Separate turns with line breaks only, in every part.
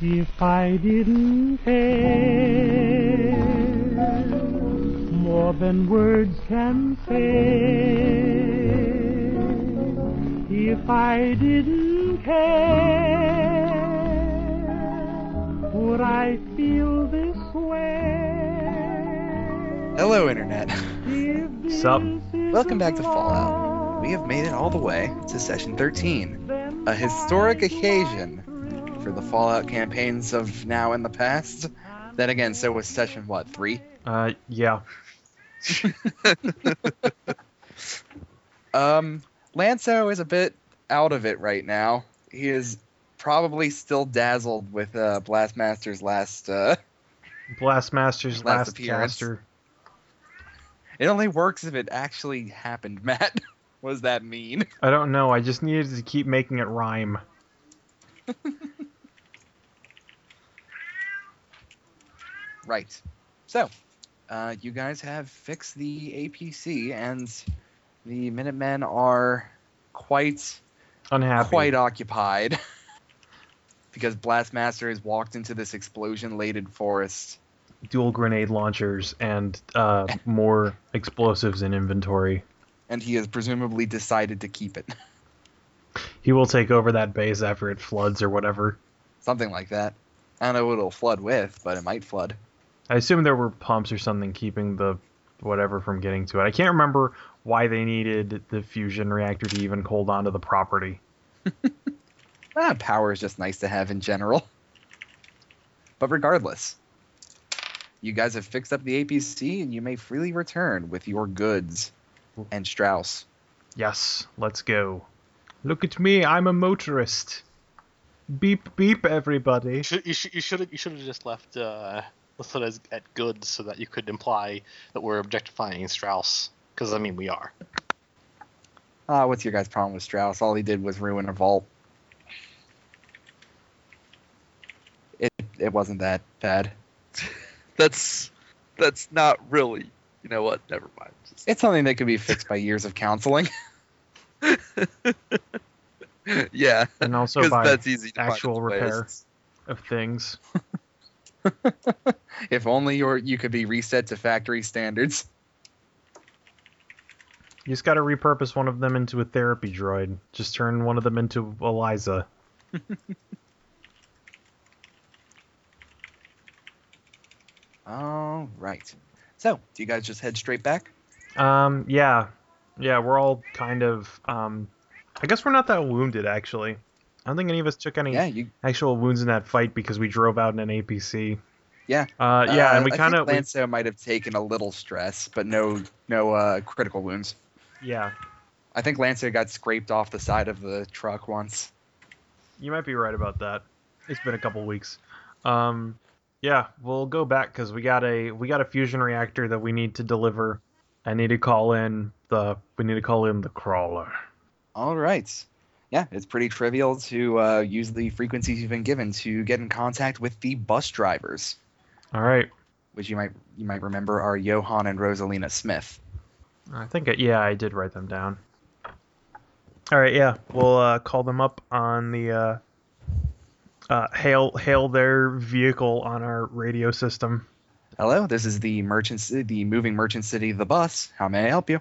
If I didn't care more than words can say, if I didn't care, would I feel this way?
Hello, Internet.
If
Sup?
this is
Welcome back to Fallout. We have made it all the way to session 13,
then
a historic
I am
occasion
thrilled.
for the Fallout campaigns of now and the past. Then again, so was session, what, three?
Uh, yeah.
Um, Lanso is a bit out of it right now. He is probably still dazzled with uh, Blastmaster's last. Uh,
Blastmaster's
Last
last
appearance.
caster.
it only works if it actually happened, Matt. what does that mean?
I don't know. I just needed to keep making it rhyme.
Right. So, uh, you guys have fixed the APC, and the Minutemen are quite
Unhappy.
quite occupied because Blastmaster has walked into this explosion-laden forest.
Dual grenade launchers and uh, more explosives in inventory.
and he has presumably decided to keep it.
He will take over that base after it floods or whatever.
Something like that. I don't know what it'll flood with, but it might flood.
I assume there were pumps or something keeping the whatever from getting to it. I can't remember why they needed the fusion reactor to even hold onto the property.
Ah, power is just nice to have in general. But regardless, you guys have fixed up the APC and you may freely return with your goods and Strauss.
Yes, let's go. Look at me, I'm a motorist. Beep beep everybody.
You should you should you should you should have just left uh, listed as at goods so that you could imply that we're objectifying Strauss because I mean we are.
Ah, what's your guys' problem with Strauss? All he did was ruin a vault. It, it wasn't that bad.
That's that's not really. You know what? Never mind. Just-
It's something that could be fixed by years of counseling.
yeah,
And also
because
by
that's easy. To find
actual
its ways.
repair. of things.
If only your you could be reset to factory standards.
You just gotta repurpose one of them into a therapy droid. Just turn one of them into Eliza.
All right. So, do you guys just head straight back?
Um, yeah. Yeah, we're all kind of um I guess we're not that wounded actually. I don't think any of us took any
Yeah, you.
actual wounds in that fight because we drove out in an APC.
Yeah.
Uh, yeah,
uh,
and we
I
kind of
think Lanso might have taken a little stress, but no, no uh, critical wounds.
yeah.
I think Lanso got scraped off the side of the truck once.
You might be right about that. It's been a couple weeks. Um, yeah, we'll go back because we got a we got a fusion reactor that we need to deliver. I need to call in the we need to call in the crawler.
All right. Yeah, it's pretty trivial to uh, use the frequencies you've been given to get in contact with the bus drivers,
All right.
which you might you might remember are Johan and Rosalina Smith.
I think I, yeah, I did write them down. All right, yeah, we'll uh, call them up on the uh, uh, hail hail their vehicle on our radio system.
Hello, this is the merchant, ci- the moving merchant city, the bus. How may I help you?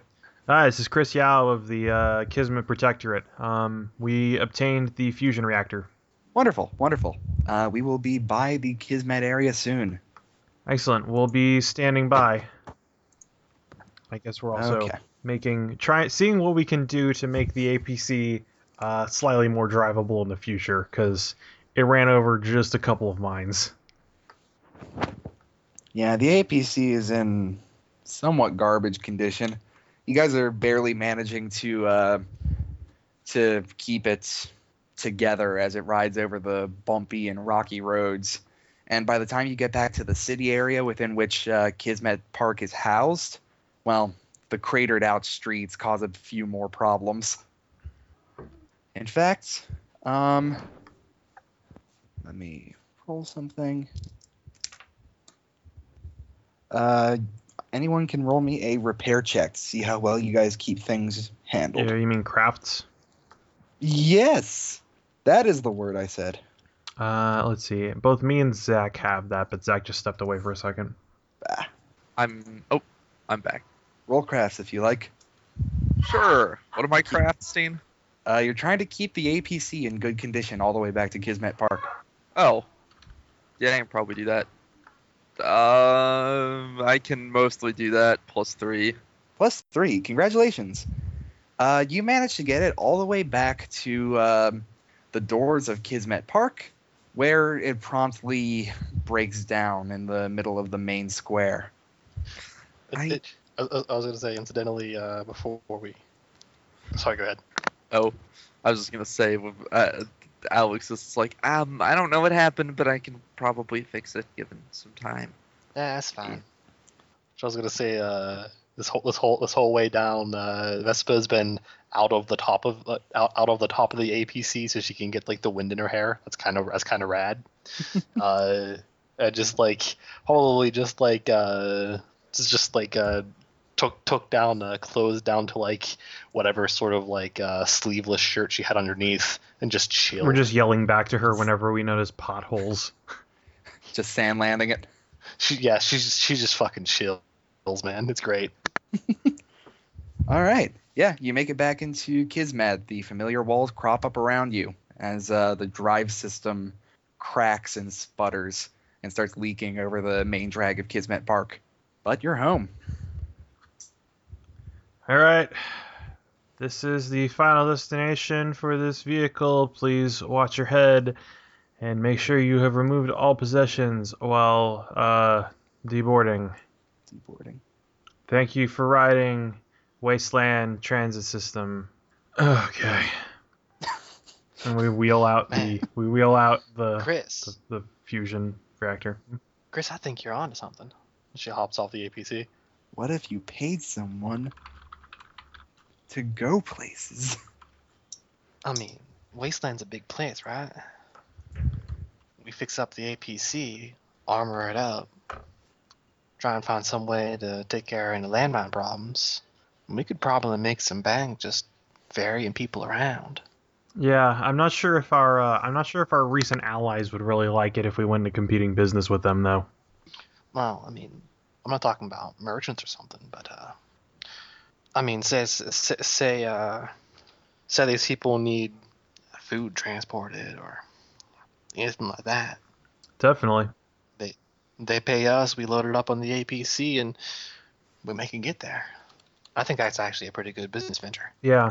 Hi, this is Chris Yao of the uh, Kismet Protectorate. Um, we obtained the fusion reactor.
Wonderful, wonderful. Uh, we will be by the Kismet area soon.
Excellent. We'll be standing by. I guess we're also
Okay.
making try seeing what we can do to make the APC uh, slightly more drivable in the future because it ran over just a couple of mines.
Yeah, the APC is in somewhat garbage condition. You guys are barely managing to uh, to keep it together as it rides over the bumpy and rocky roads. And by the time you get back to the city area within which uh, Kismet Park is housed, well, the cratered out streets cause a few more problems. In fact, um, let me roll something. Uh, anyone can roll me a repair check to see how well you guys keep things handled.
Yeah, you mean crafts?
Yes, that is the word I said.
Uh, let's see. Both me and Zach have that, but Zach just stepped away for a second.
I'm oh, I'm back.
Roll crafts if you like.
Sure. What am I crafting?
Uh, you're trying to keep the APC in good condition all the way back to Kismet Park.
Oh, yeah, I can probably do that. Um, I can mostly do that. Plus three.
Plus three. Congratulations. Uh, you managed to get it all the way back to um, the doors of Kismet Park, where it promptly breaks down in the middle of the main square. I-
It, it, I, I- I was going to say, incidentally, uh, before we. Sorry, go ahead.
Oh, I was just gonna say, with- uh, Alex is like, um, I don't know what happened, but I can probably fix it given some time.
Yeah, that's fine. So I was gonna say, uh, this whole this whole this whole way down, uh, Vespa's been out of the top of uh, out, out of the top of the APC, so she can get like the wind in her hair. That's kind of that's kind of rad. uh, and just like probably just like uh, just- just like uh, took took down uh, clothes down to like whatever sort of like uh, sleeveless shirt she had underneath, and just chill.
We're just yelling back to her whenever we notice potholes.
Just sand landing it.
she, yeah, she's just, she just fucking chills, man. It's great.
All right. Yeah, you make it back into Kismet. The familiar walls crop up around you as uh, the drive system cracks and sputters and starts leaking over the main drag of Kismet Park. But you're home.
All right. This is the final destination for this vehicle. Please watch your head and make sure you have removed all possessions while uh, deboarding.
Deboarding.
Thank you for riding Wasteland Transit System. Okay. And we wheel out the we wheel out the
Chris.
the, the fusion reactor.
Chris, I think you're on to something. She hops off the APC.
What if you paid someone to go places?
I mean, Wasteland's a big place, right? We fix up the APC, armor it up, try and find some way to take care of any landmine problems. and We could probably make some bank just ferrying people around.
Yeah, I'm not sure if our uh, I'm not sure if our recent allies would really like it if we went into competing business with them though.
Well, I mean, I'm not talking about merchants or something, but uh, I mean, say say say, uh, say these people need food transported or anything like that.
Definitely.
They pay us, we load it up on the APC, and we make it get there. I think that's actually a pretty good business venture.
Yeah.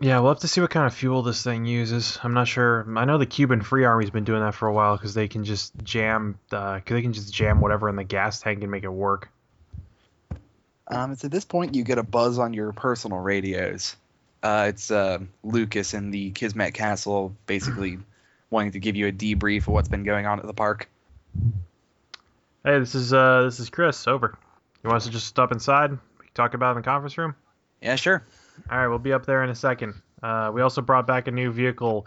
Yeah, we'll have to see what kind of fuel this thing uses. I'm not sure. I know the Cuban Free Army's been doing that for a while because they can just jam, because they can just jam whatever in the gas tank and make it work.
Um, it's at this point you get a buzz on your personal radios. Uh, it's uh, Lucas in the Kismet Castle basically wanting to give you a debrief of what's been going on at the park.
Hey, this is uh, this is Chris. Over. You want us to just stop inside? We can talk about it in the conference room.
Yeah, sure.
All right, we'll be up there in a second. Uh, we also brought back a new vehicle.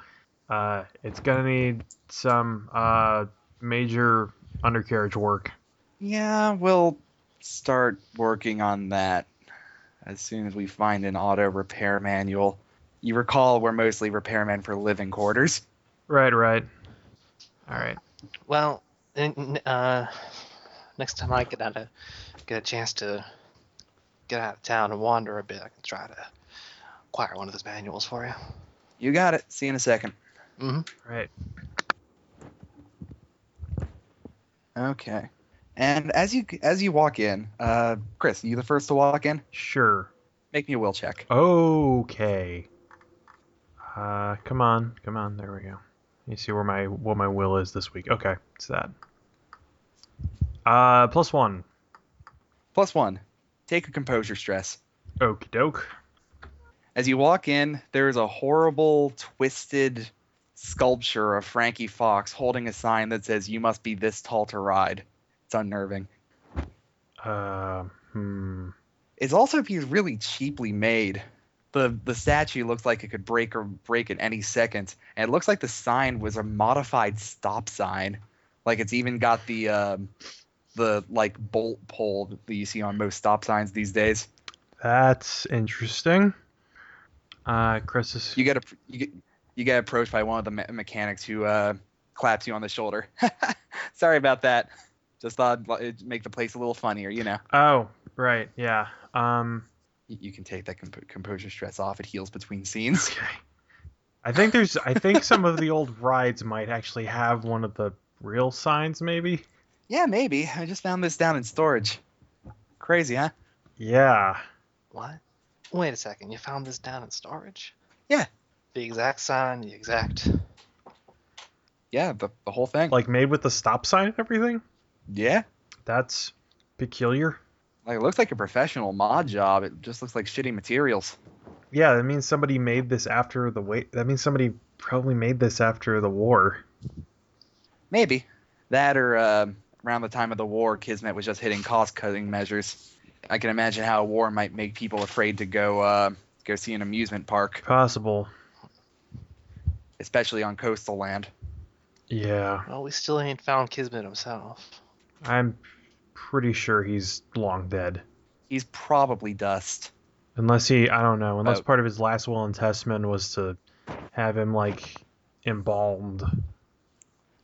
Uh, it's gonna need some uh, major undercarriage work.
Yeah, we'll start working on that as soon as we find an auto repair manual. You recall we're mostly repairmen for living quarters.
Right, right. All right.
Well, n- n- uh, next time I get out of, get a chance to get out of town and wander a bit, I can try to acquire one of those manuals for you.
You got it. See you in a second.
Mm-hmm.
Right.
Okay. And as you as you walk in, uh, Chris, you the first to walk in?
Sure.
Make me a will check.
Okay. Uh, come on, come on. There we go. You see where my what my will is this week. Okay, it's that. Uh, plus one.
Plus one. Take a composure stress.
Okie doke.
As you walk in, there is a horrible, twisted sculpture of Frankie Fox holding a sign that says, You must be this tall to ride. It's unnerving.
Uh, hmm.
It's also he's really cheaply made. The the statue looks like it could break or break at any second, and it looks like the sign was a modified stop sign. Like it's even got the um, the like bolt pole that you see on most stop signs these days.
That's interesting. Uh, Chris is.
You get a, you get you get approached by one of the me- mechanics who uh, claps you on the shoulder. Sorry about that. Just thought it'd make the place a little funnier, you know.
Oh, right. Yeah. Um,
You, you can take that comp- composure stress off. It heals between scenes.
okay. I think there's. I think some of the old rides might actually have one of the real signs, maybe.
Yeah, maybe. I just found this down in storage. Crazy, huh?
Yeah.
What? Wait a second. You found this down in storage?
Yeah.
The exact sign, the exact.
Yeah, the, the whole thing.
Like made with the stop sign and everything.
yeah,
That's peculiar.
like it looks like a professional mod job. It just looks like shitty materials.
Yeah, that means somebody made this after the wait. That means somebody probably made this after the war.
Maybe. That or uh, around the time of the war, Kismet was just hitting cost cutting measures. I can imagine how a war might make people afraid to go uh, go see an amusement park,
Possible.
especially on coastal land.
Yeah,
Well, we still ain't found Kismet himself.
I'm pretty sure he's long dead.
He's probably dust.
Unless he, I don't know, unless
Oh.
part of his last will and testament was to have him, like, embalmed.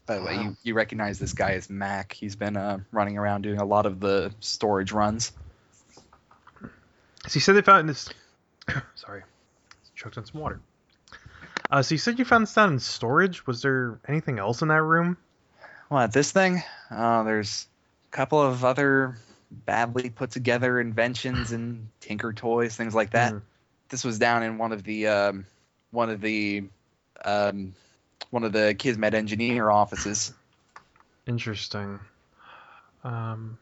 By the way, you, you recognize this guy as Mac. He's been uh, running around doing a lot of the storage runs.
So you said they found this. Sorry. Choked on some water. Uh, so you said you found this down in storage. Was there anything else in that room?
What, this thing? Uh, there's a couple of other badly put together inventions and tinker toys, things like that.
Hmm.
this was down in one of the um, one of the um, one of the Kismet engineer offices.
Interesting. Um,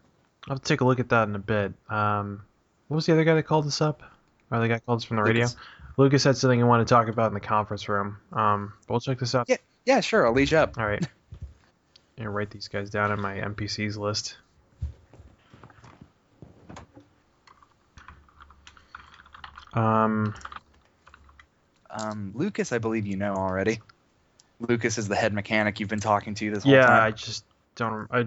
I'll have to take a look at that in a bit. Um, what was the other guy that called us up? Or the guy called us from the
Lucas.
radio? Lucas had something he wanted to talk about in the conference room. Um, but we'll check this out.
Yeah, sure, I'll leash up.
All right. And write these guys down in my NPCs list. Um,
Um, Lucas, I believe you know already. Lucas is the head mechanic you've been talking to this whole
yeah, I
time.
just don't. I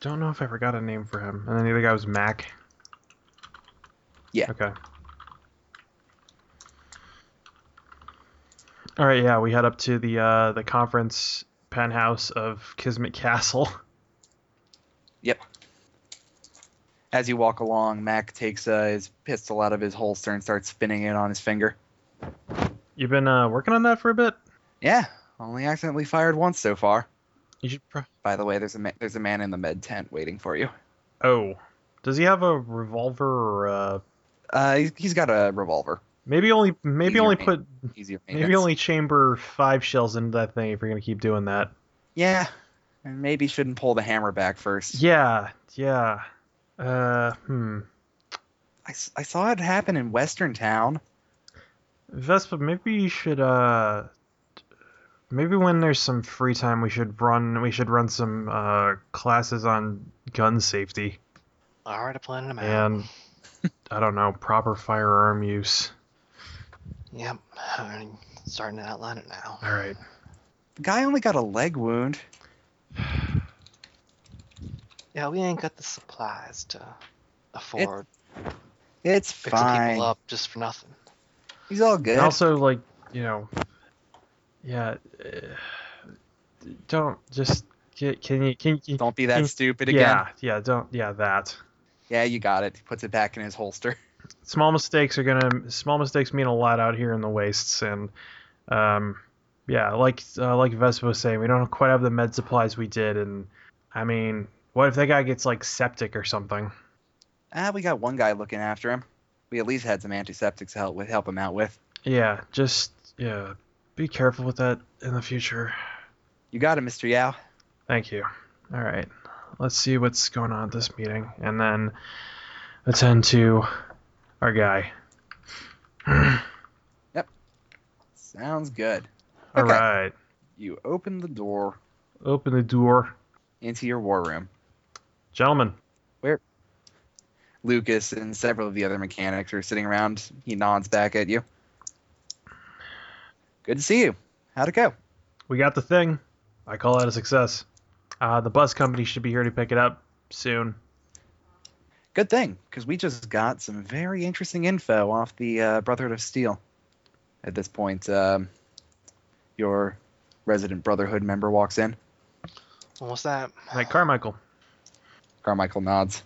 don't know if I forgot a name for him. And then the other guy was Mac.
Yeah.
Okay. All right. Yeah, we head up to the uh, the conference penthouse of Kismet Castle.
As you walk along, Mac takes uh, his pistol out of his holster and starts spinning it on his finger.
You've been uh, working on that for a bit.
Yeah, only accidentally fired once so far.
You should. Pro-
By the way, there's a ma- there's a man in the med tent waiting for you.
oh, does he have a revolver or uh,
Uh, he's, he's got a revolver.
maybe only maybe
Easier
only
main-
put
Easier.
maybe
maintenance.
only chamber five shells into that thing if you're gonna keep doing that.
Yeah, and maybe shouldn't pull the hammer back first.
Yeah, yeah. Uh, hmm.
I, s- I saw it happen in Western Town.
Vespa, maybe you should uh maybe when there's some free time we should run we should run some uh classes on gun safety
Already planning him out.
and I don't know, proper firearm use.
Yep. I'm starting to outline it now.
All right.
The guy only got a leg wound.
Yeah, we ain't got the supplies to afford
It's
fixing
fine.
people up just for nothing.
He's all good.
And also like, you know, yeah, uh, don't just can, can you can you
Don't be that
Mm,
stupid again.
yeah, yeah, don't yeah, that.
Yeah, you got it. He puts it back in his holster.
small mistakes are gonna small mistakes mean a lot out here in the wastes and um yeah like uh, like Vespa was saying we don't quite have the med supplies we did and I mean what if that guy gets like septic or something
Ah, we got one guy looking after him. We at least had some antiseptics to help with help him out with.
yeah just yeah be careful with that in the future
You got it, Mr. Yao.
thank you all right let's see what's going on at this meeting and then attend to our guy
Sounds good.
All right,
Okay. You open the door
open the door
into your war room.
gentlemen
Lucas and several of the other mechanics are sitting around. He nods back at you. Good to see you. How'd it go?
We got the thing. I call that a success. Uh, the bus company should be here to pick it up soon.
Good thing, because we just got some very interesting info off the uh, Brotherhood of Steel. At this point, um, your resident Brotherhood member walks in.
What's that?
Ah.
Like Carmichael.
Carmichael nods.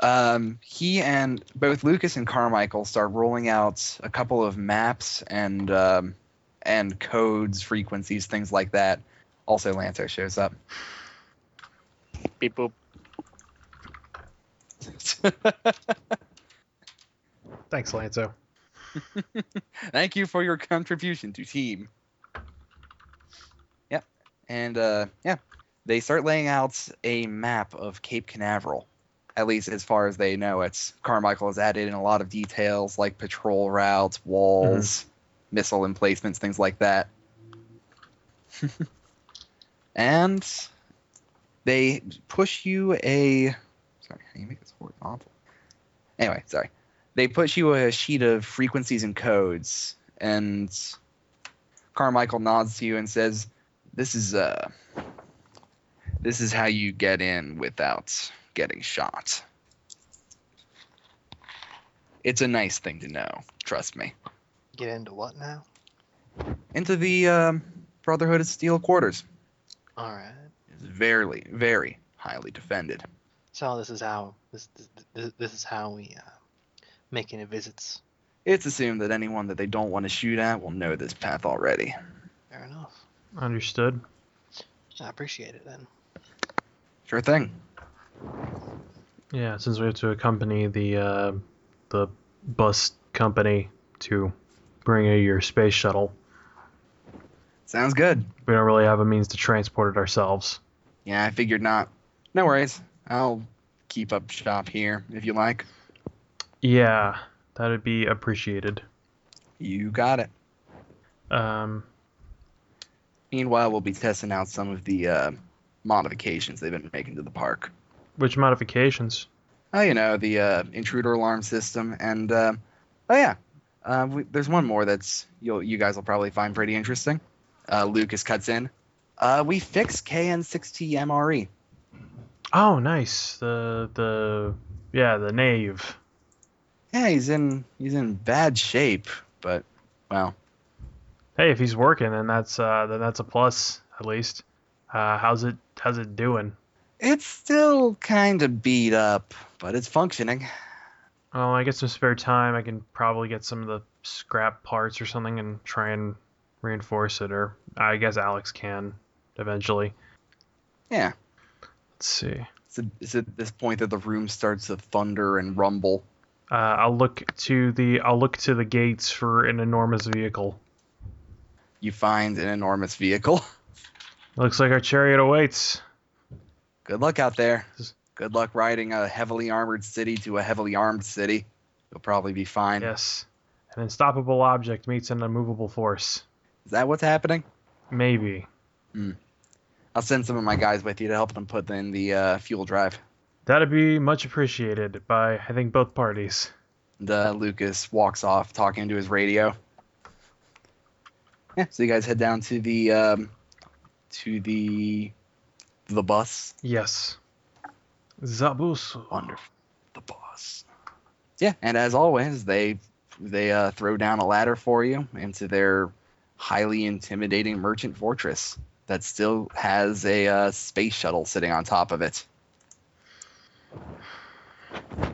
Um, he and both Lucas and Carmichael start rolling out a couple of maps and um, and codes, frequencies, things like that. Also, Lanto shows up.
Beep boop.
Thanks, Lanzo.
Thank you for your contribution to team. Yep. And uh, yeah, they start laying out a map of Cape Canaveral. At least as far as they know, it's Carmichael has added in a lot of details like patrol routes, walls, missile emplacements, things like that. and they push you a. Sorry, how do you make this horizontal? Anyway, sorry they put you a sheet of frequencies and codes, and Carmichael nods to you and says, "This is uh, this is how you get in without getting shot. It's a nice thing to know. Trust me."
Get into what now?
Into the um, Brotherhood of Steel quarters.
All right.
It's very, very highly defended.
So this is how this this, this is how we uh, making a visits.
It's assumed that anyone that they don't want to shoot at will know this path already.
Fair enough.
Understood.
I appreciate it then.
Sure thing.
Yeah, since we have to accompany the uh, the bus company to bring you your space shuttle,
Sounds good.
we don't really have a means to transport it ourselves.
Yeah, I figured not. No worries. I'll keep up shop here if you like.
Yeah, that'd be appreciated.
You got it.
Um,
Meanwhile, we'll be testing out some of the uh, modifications they've been making to the park.
which modifications?
Oh, you know, the uh, intruder alarm system, and uh, oh yeah, uh, we, there's one more that's you'll, you guys will probably find pretty interesting. Uh, Lucas cuts in. Uh, we fixed KN60 MRE.
Oh, nice. The the yeah the nave.
Yeah, he's in he's in bad shape, but well,
Hey, if he's working, then that's uh, then that's a plus at least. Uh, how's it how's it doing?
it's still kind of beat up, but it's functioning.
Oh, I get some spare time. I can probably get some of the scrap parts or something and try and reinforce it. Or I guess Alex can eventually.
Yeah.
Let's see.
It's, a, it's at this point that the room starts to thunder and rumble.
Uh, I'll look to the I'll look to the gates for an enormous vehicle.
You find an enormous vehicle.
Looks like our chariot awaits.
Good luck out there. Good luck riding a heavily armored city to a heavily armed city. You'll probably be fine.
Yes, an unstoppable object meets an immovable force.
Is that what's happening?
Maybe
I'll send some of my guys with you to help them put in the uh, fuel drive.
that'd be much appreciated by I think both parties.
And uh, Lucas walks off talking to his radio. Yeah, so you guys head down to the um, to the the bus.
Yes. Zabus.
Wonderful. The boss. Yeah, and as always, they they uh, throw down a ladder for you into their highly intimidating merchant fortress that still has a uh, space shuttle sitting on top of it.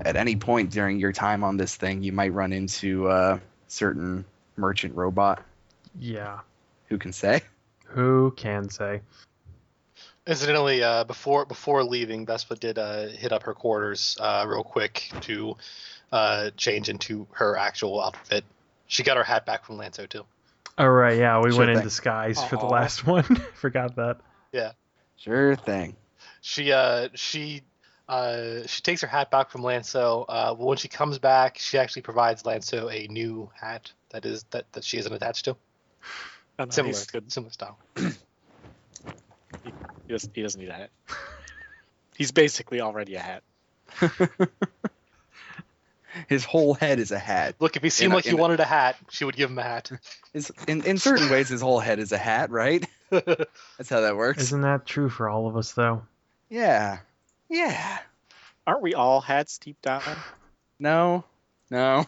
At any point during your time on this thing, you might run into uh, certain merchant robot
Yeah.
who can say.
Who can say?
Incidentally, uh, before before leaving, Vespa did uh, hit up her quarters uh, real quick to uh, change into her actual outfit. She got her hat back from Lanzo too.
All right, yeah, we
Sure
went in
thing.
disguise for the
Aw.
last one. Forgot that.
Sure thing.
She uh, she uh, she takes her hat back from Lanzo. Uh, when she comes back, she actually provides Lanzo a new hat that is that, that she isn't attached to.
Oh, no,
Similar,
he's good.
similar style.
He doesn't, he doesn't need a hat. He's basically already a hat.
His whole head is a hat.
Look, if he seemed
a-
like he
in a-
wanted a hat, she would give him a hat.
His, in, in certain ways, his whole head is a hat, right? That's how that works.
Isn't that true for all of us though?
yeah. Yeah.
Aren't we all hats deep down?
No. No.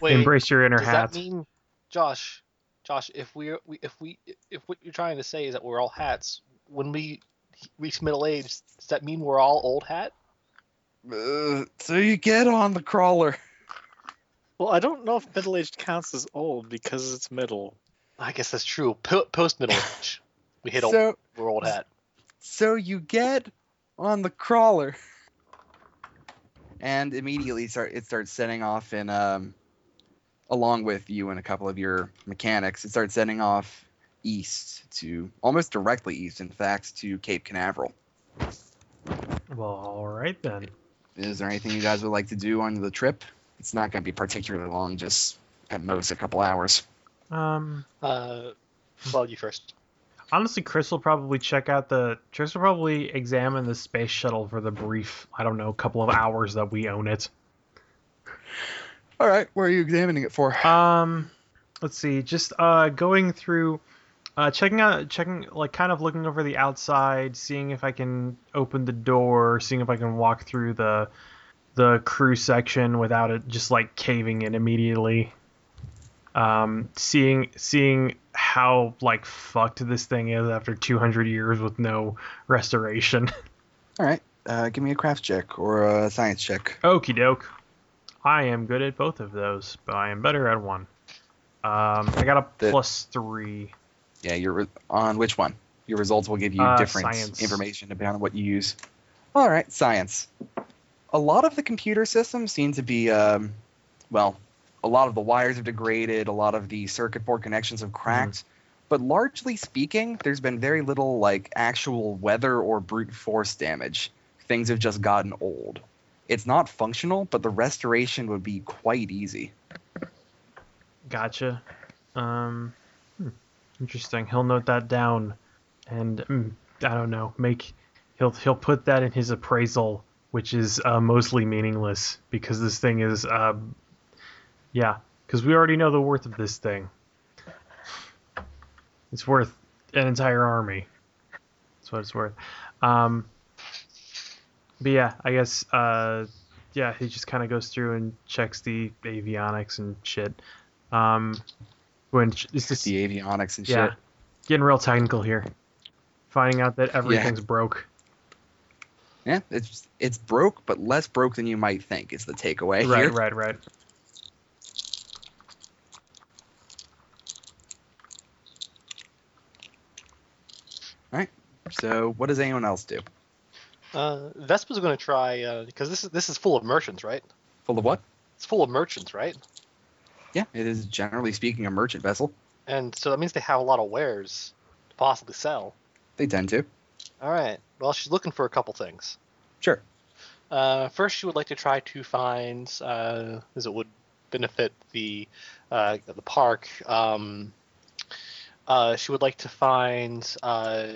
Wait,
Embrace your inner
does
hat.
that mean, Josh? Josh, if we're, we if we if what you're trying to say is that we're all hats when we reach middle age, does that mean we're all old hat?
Uh, so you get on the crawler.
Well, I don't know if middle aged counts as old because it's middle.
I guess that's true. Po- Post middle age, we hit old,
so
we're old hat.
so you get on the crawler. And immediately start it starts setting off in um along with you and a couple of your mechanics, it starts setting off east to almost directly east, in fact, to Cape Canaveral.
Well, all right then.
Is there anything you guys would like to do on the trip? It's not going to be particularly long, just at most a couple hours.
Um,
Uh, well, you first.
honestly, Chris will probably check out the. Chris will probably examine the space shuttle for the brief. I don't know, couple of hours that we own it.
All right, where are you examining it for?
Um, let's see. Just uh, going through, uh, checking out, checking like kind of looking over the outside, seeing if I can open the door, seeing if I can walk through the the crew section without it just like caving in immediately. Um, seeing seeing how like fucked this thing is after 200 years with no restoration.
All right, uh, give me a craft check or a science check.
Okie doke. I am good at both of those, but I am better at one. Um, I got a
The-
plus three.
Yeah, you're re- on which one? Your results will give you
Uh,
different
science.
information depending on what you use. All right, science. A lot of the computer systems seem to be, um, well, a lot of the wires have degraded, a lot of the circuit board connections
Mm-hmm.
have cracked. But largely speaking, there's been very little like actual weather or brute force damage. Things have just gotten old. It's not functional, but the restoration would be quite easy.
Gotcha. Um, hmm, interesting. He'll note that down, and mm, I don't know. Make he'll he'll put that in his appraisal, which is uh, mostly meaningless because this thing is, uh, yeah, because we already know the worth of this thing. It's worth an entire army. That's what it's worth. Um, but yeah, I guess uh, yeah, he just kind of goes through and checks the avionics and shit. Um, when it's just
The avionics and
yeah,
shit.
getting real technical here, finding out that everything's broke.
Yeah, it's it's broke, but less broke than you might think is the takeaway
right,
here.
right, right.
So, what does anyone else do?
Uh, Vespa's going to try uh, because this is this is full of merchants, right?
Full of what?
It's full of merchants, right?
Yeah, it is generally speaking a merchant vessel.
And so that means they have a lot of wares to possibly sell.
They tend to.
All right. Well, she's looking for a couple things.
Sure.
Uh, first, she would like to try to find, uh, as it would benefit the uh, the park. Um, uh, she would like to find uh,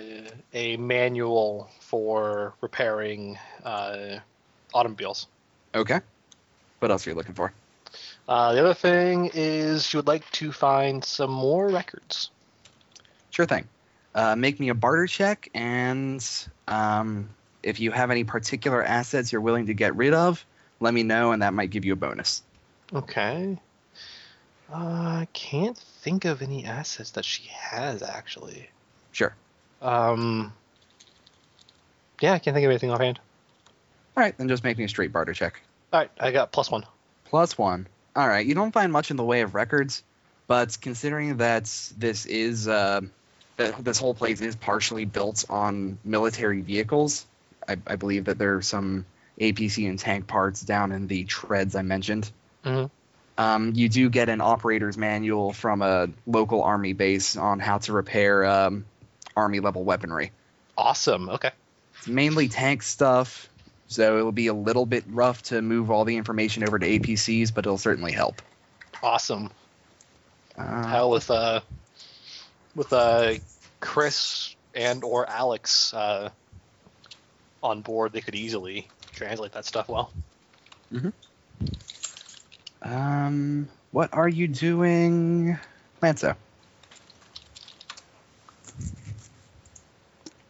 a manual for repairing uh, automobiles.
Okay. What else are you looking for?
Uh, the other thing is she would like to find some more records.
Sure thing. Uh, make me a barter check, and um, if you have any particular assets you're willing to get rid of, let me know, and that might give you a bonus.
Okay. Uh, I can't think of any assets that she has actually.
Sure.
Um. Yeah, I can't think of anything offhand.
All right, then just make me a straight barter check.
All right, I got plus one.
Plus one. All right, you don't find much in the way of records, but considering that this is uh, that this whole place is partially built on military vehicles, I, I believe that there are some APC and tank parts down in the treads I mentioned.
Mhm.
Um, you do get an operator's manual from a local army base on how to repair um, army level weaponry.
Awesome. Okay.
It's mainly tank stuff, so it'll be a little bit rough to move all the information over to APCs, but it'll certainly help.
Awesome.
Uh,
Hell with uh, with uh, Chris and or Alex uh, on board, they could easily translate that stuff well.
um, what are you doing, Lanso?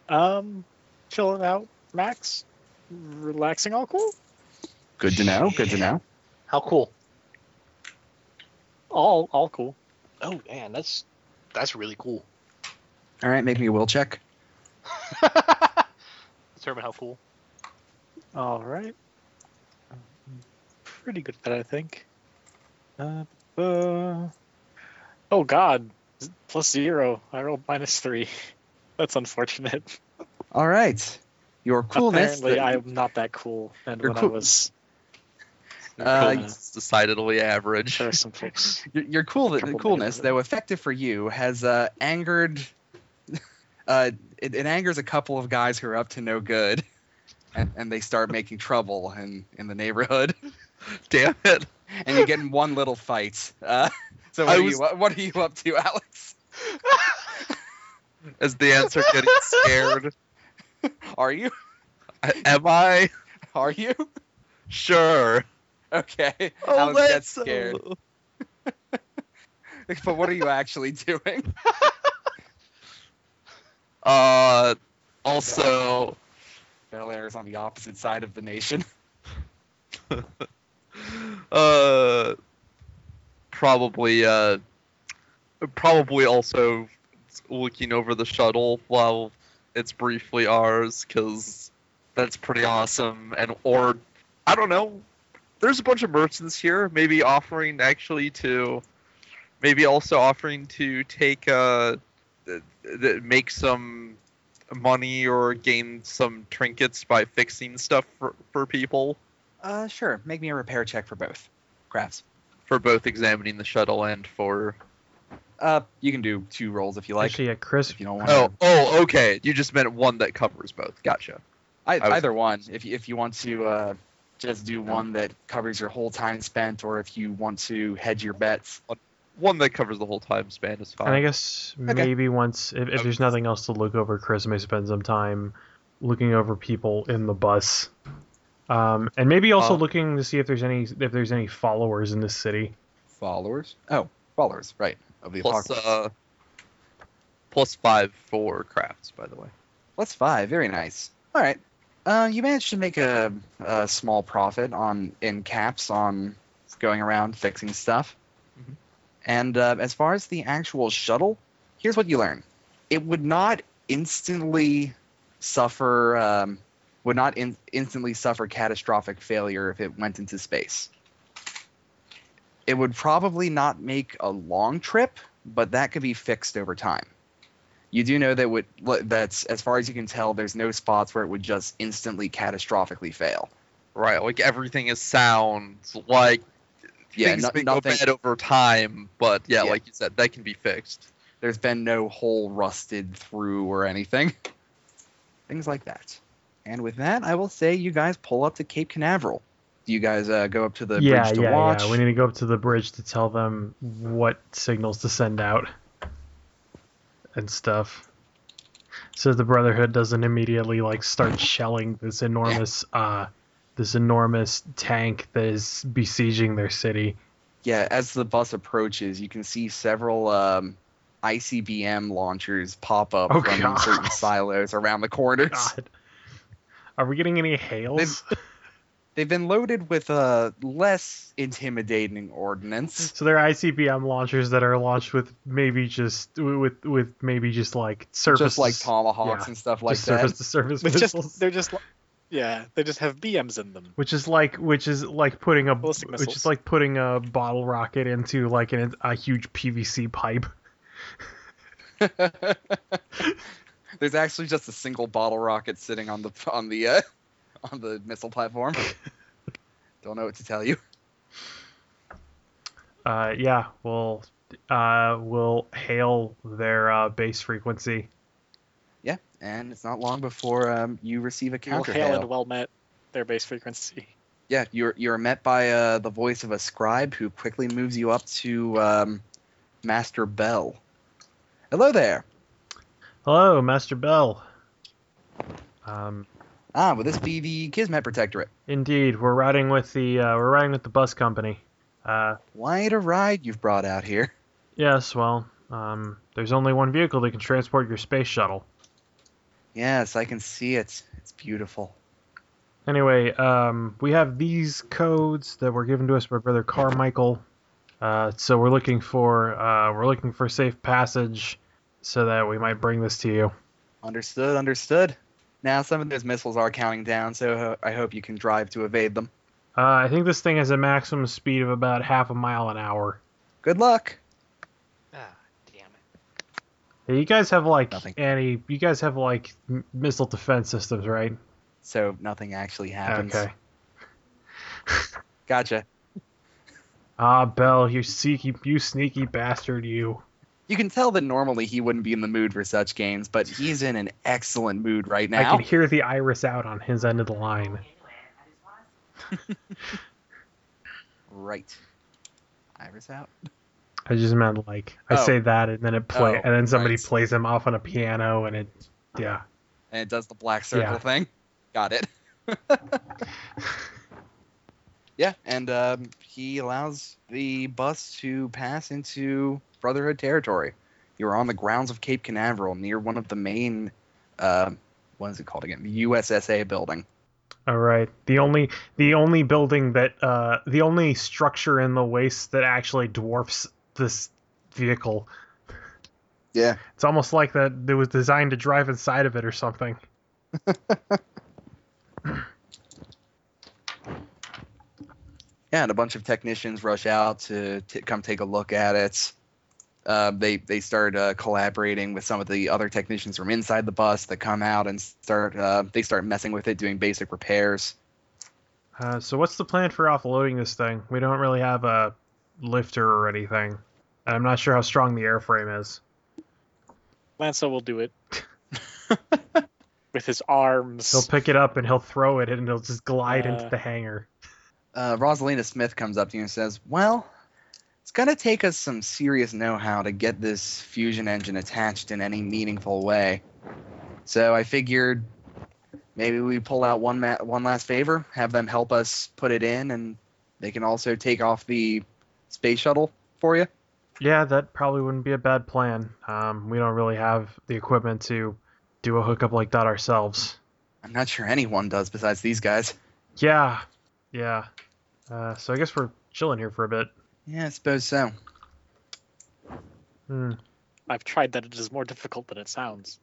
Um, chilling out, Max. Relaxing, all cool.
Good to know. Good to know.
How cool.
All, all cool.
Oh man, that's that's really cool.
All right, make me a will check.
Determine how cool.
All right. Pretty good bet, I think. Uh, uh, oh God, Z- plus zero. I rolled minus three. That's unfortunate.
All right. Your coolness.
Apparently,
that-
I'm not that cool. And
You're
when I
cool.
was
Uh,
Uh, it's decidedly average.
there are some folks.
Your, your cool
Triple
coolness,
negative.
though effective for you, has uh, angered. Uh, it, it angers a couple of guys who are up to no good, and, and they start making trouble in, in the neighborhood,
Damn it.
and you get in one little fight. Uh, so what
I
are,
was-
you, what are you up to, Alex?
As the answer getting scared.
Are you?
I- Am I?
Are you?
Sure.
Okay.
Oh,
Alex
let's
gets scared. But what are you actually doing?
Uh, also,
Bel Air is on the opposite side of the nation.
uh, probably, uh, probably also looking over the shuttle while it's briefly ours, because that's pretty awesome. And, or, I don't know, there's a bunch of merchants here, maybe offering actually to, maybe also offering to take, uh, th- th- make some money or gain some trinkets by fixing stuff for, for people.
Uh, sure. Make me a repair check for both. Crafts.
for both examining the shuttle and for
Uh, you can do two rolls if you like.
Is she a crisp?
If you don't want.
oh oh okay you just meant one that covers both gotcha
I,
I was-
either one. If you, if you want to uh, just do one that covers your whole time spent, or if you want to hedge your bets.
one that covers the whole time span is fine
And I guess maybe once, if, if there's nothing else to look over, Chris may spend some time looking over people in the bus, um, and maybe also
Uh,
looking to see if there's any if there's any followers in this city.
Followers. Oh, followers. Right. Of the
plus
apocalypse.
uh plus five for crafts by the way
Plus five. Very nice. All right. Uh, you managed to make a, a small profit on in caps on going around fixing stuff.
Mhm.
And uh, as far as the actual shuttle, here's what you learn: it would not instantly suffer um, would not in- instantly suffer catastrophic failure if it went into space. It would probably not make a long trip, but that could be fixed over time you do know that would that's as far as you can tell there's no spots where it would just instantly catastrophically fail
right like everything is sound like
Yeah,
things
no-
may
nothing-
go bad over time but yeah,
Yeah.
like you said that can be fixed
there's been no hole rusted through or anything things like that and with that i will say you guys pull up to cape canaveral do you guys uh, go up to the
yeah,
bridge to
yeah,
watch
yeah. We need to go up to the bridge to tell them what signals to send out and stuff. So the Brotherhood doesn't immediately like start shelling this enormous uh this enormous tank that is besieging their city.
Yeah, as the bus approaches you can see several um, icbm launchers pop up
Oh,
from
God.
certain silos around the corners
God. Are we getting any hails?
they've been loaded with uh, less intimidating ordnance
So they're ICBM launchers that are launched with maybe just with with maybe just like surface
just like tomahawks
yeah,
and stuff like
just
that.
surface to surface
It's
missiles.
just they're just li- yeah they just have BMs in them.
which is like which is like putting a
Ballistic
which
missiles.
is like putting a bottle rocket into like an, a huge PVC pipe.
There's actually just a single bottle rocket sitting on the on the uh, on the missile platform. Don't know what to tell you.
Uh, yeah, we'll uh, we'll hail their uh, base frequency.
Yeah, and it's not long before um, you receive a
Well,
counter
hail and
hail.
well met. Their base frequency.
Yeah, you're you're met by uh, the voice of a scribe who quickly moves you up to um, Master Bell. Hello there.
Hello, Master Bell. Um,
Ah, will this be the Kismet Protectorate?
indeed, we're riding with the uh, we're riding with the bus company. Uh,
Quite a ride you've brought out here.
yes, well, um, there's only one vehicle that can transport your space shuttle.
Yes, I can see it. It's beautiful.
Anyway, um, we have these codes that were given to us by Brother Carmichael. Uh, so we're looking for uh, we're looking for safe passage, so that we might bring this to you.
Understood, understood. Now, some of those missiles are counting down, so ho- I hope you can drive to evade them.
Uh, I think this thing has a maximum speed of about half a mile an hour.
Good luck.
Ah, damn it.
Hey, You guys have like
Nothing.
any? You guys have like m- missile defense systems, right?
So nothing actually happens.
Okay.
Gotcha.
Ah, Bell, you sneaky, you sneaky bastard, you.
You can tell that normally he wouldn't be in the mood for such games, but he's in an excellent mood right
I
now.
can hear the iris out on his end of the line.
Right. Iris out.
I just meant like I
Oh.
say that and then it play
Oh,
and then somebody
right.
plays him off on a piano and it yeah.
And it does the black circle
Yeah.
thing. Got it. yeah, and um, he allows the bus to pass into Brotherhood territory. You are on the grounds of Cape Canaveral near one of the main, uh, what is it called again? The USSA building.
All right. The only the only building that uh the only structure in the waste that actually dwarfs this vehicle.
Yeah.
It's almost like that it was designed to drive inside of it or something.
Yeah, and a bunch of technicians rush out to t- come take a look at it. Uh, they they start uh, collaborating with some of the other technicians from inside the bus that come out and start uh, they start messing with it, doing basic repairs.
Uh, so what's the plan for offloading this thing? We don't really have a lifter or anything. And I'm not sure how strong the airframe is.
Lanza will do it with his arms.
He'll pick it up and he'll throw it and it'll just glide into
Uh.
the hangar.
Uh, Rosalina Smith comes up to you and says, "Well, it's gonna take us some serious know-how to get this fusion engine attached in any meaningful way. So I figured maybe we pull out one ma- one last favor, have them help us put it in, and they can also take off the space shuttle for you."
Yeah, that probably wouldn't be a bad plan. Um, we don't really have the equipment to do a hookup like that ourselves.
I'm not sure anyone does besides these guys.
Yeah, yeah. Uh, so I guess we're chilling here for a bit.
Yeah, I suppose so.
Hmm.
I've tried that; it is more difficult than it sounds.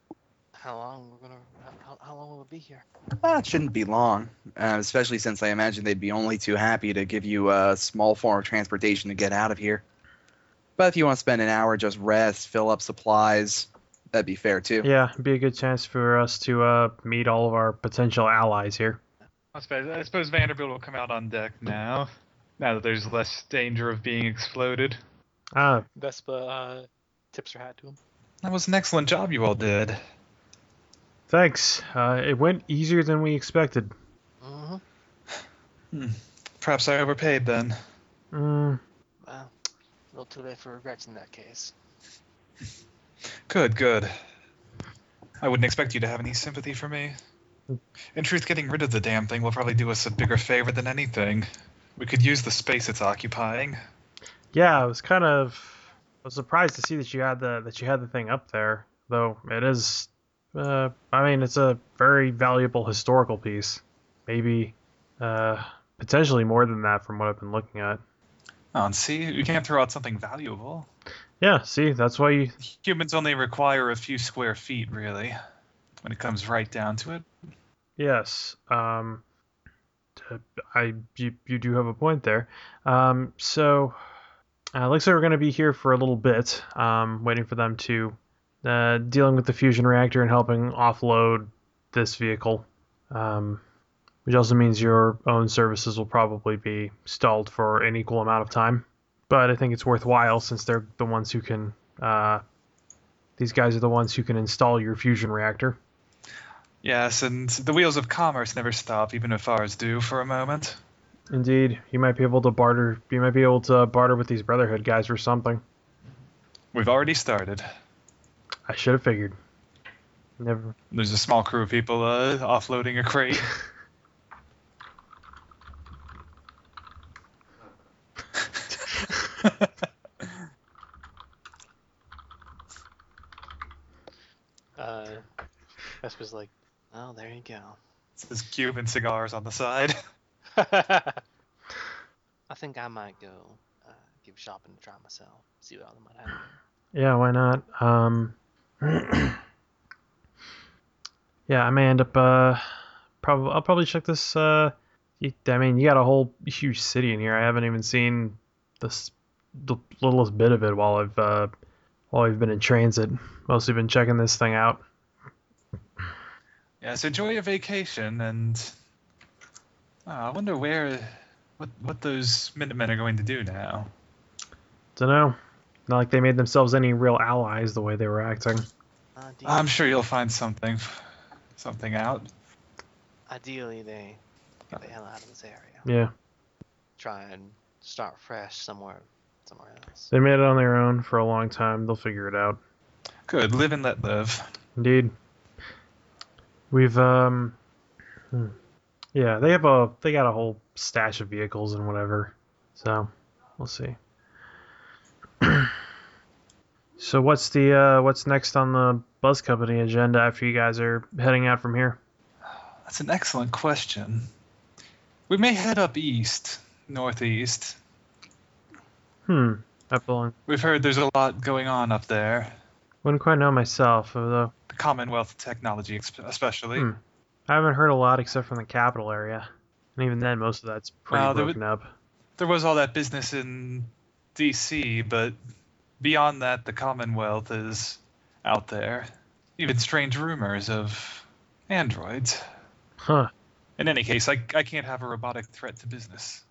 How long we're gonna? How, how long will it be here?
Ah, it shouldn't be long, uh, especially since I imagine they'd be only too happy to give you a small form of transportation to get out of here. But if you want to spend an hour just rest, fill up supplies, that'd be fair too.
Yeah, it'd be a good chance for us to uh, meet all of our potential allies here.
I suppose, I suppose Vanderbilt will come out on deck now. Now that there's less danger of being exploded.
Uh,
Vespa uh, tips her hat to him.
That was an excellent job you all did.
thanks. Uh, it went easier than we expected.
Mm-hmm.
Perhaps I overpaid then.
Mm,
Well, a little too late for regrets in that case.
Good, good. I wouldn't expect you to have any sympathy for me. In truth, getting rid of the damn thing will probably do us a bigger favor than anything. We could use the space it's occupying.
yeah, I was kind of I was surprised to see that you had the that you had the thing up there, though. It is, uh, I mean, it's a very valuable historical piece. Maybe, uh, potentially more than that from what I've been looking at.
Oh, and see, you can't throw out something valuable.
Yeah, see, that's why you.
Humans only require a few square feet, really, when it comes right down to it.
Yes, um, t- I you, you do have a point there. Um, so, uh, looks like we're gonna be here for a little bit, um, waiting for them to, uh, dealing with the fusion reactor and helping offload this vehicle. Um, which also means your own services will probably be stalled for an equal amount of time. But I think it's worthwhile since they're the ones who can. Uh, these guys are the ones who can install your fusion reactor.
Yes, and the wheels of commerce never stop, even if ours do for a moment.
Indeed, you might be able to barter. You might be able to barter with these Brotherhood guys or something.
We've already started.
I should have figured. Never.
There's a small crew of people uh, offloading a crate.
Uh,
Vesper's like, oh, there you go.
This Cuban cigars on the side.
I
I think I might go uh, give shopping a try myself. See what I might have.
Yeah, why not? Um, yeah, I may end up. Uh, probably I'll probably check this. Uh, y- I mean, you got a whole huge city in here. I haven't even seen this the littlest bit of it while I've uh, while I've been in transit. Mostly been checking this thing out.
Yeah, so enjoy your vacation, and oh, I wonder where, what what those Minutemen are going to do now.
Don't know. Not like they made themselves any real allies the way they were acting.
Uh, do you-
I'm sure you'll find something, something out.
Ideally, they get the hell out of this area.
Yeah,
Try and start fresh somewhere, somewhere else.
they made it on their own for a long time. They'll figure it out.
Good, live and let live.
Indeed. We've um hmm. yeah, they have a they got a whole stash of vehicles and whatever. So, we'll see. so what's the uh what's next on the bus company agenda after you guys are heading out from here?
That's an excellent question. We may head up east, northeast.
Hmm. I belong.
We've heard there's a lot going on up there.
Wouldn't quite know myself, although
The Commonwealth technology, exp- especially.
Hmm. I haven't heard a lot except from the capital area. And even then most of that's pretty
Well, there would-
broken up.
There was all that business in D.C., but beyond that, the Commonwealth is out there. Even strange rumors of androids.
Huh.
In any case, I, I can't have a robotic threat to business.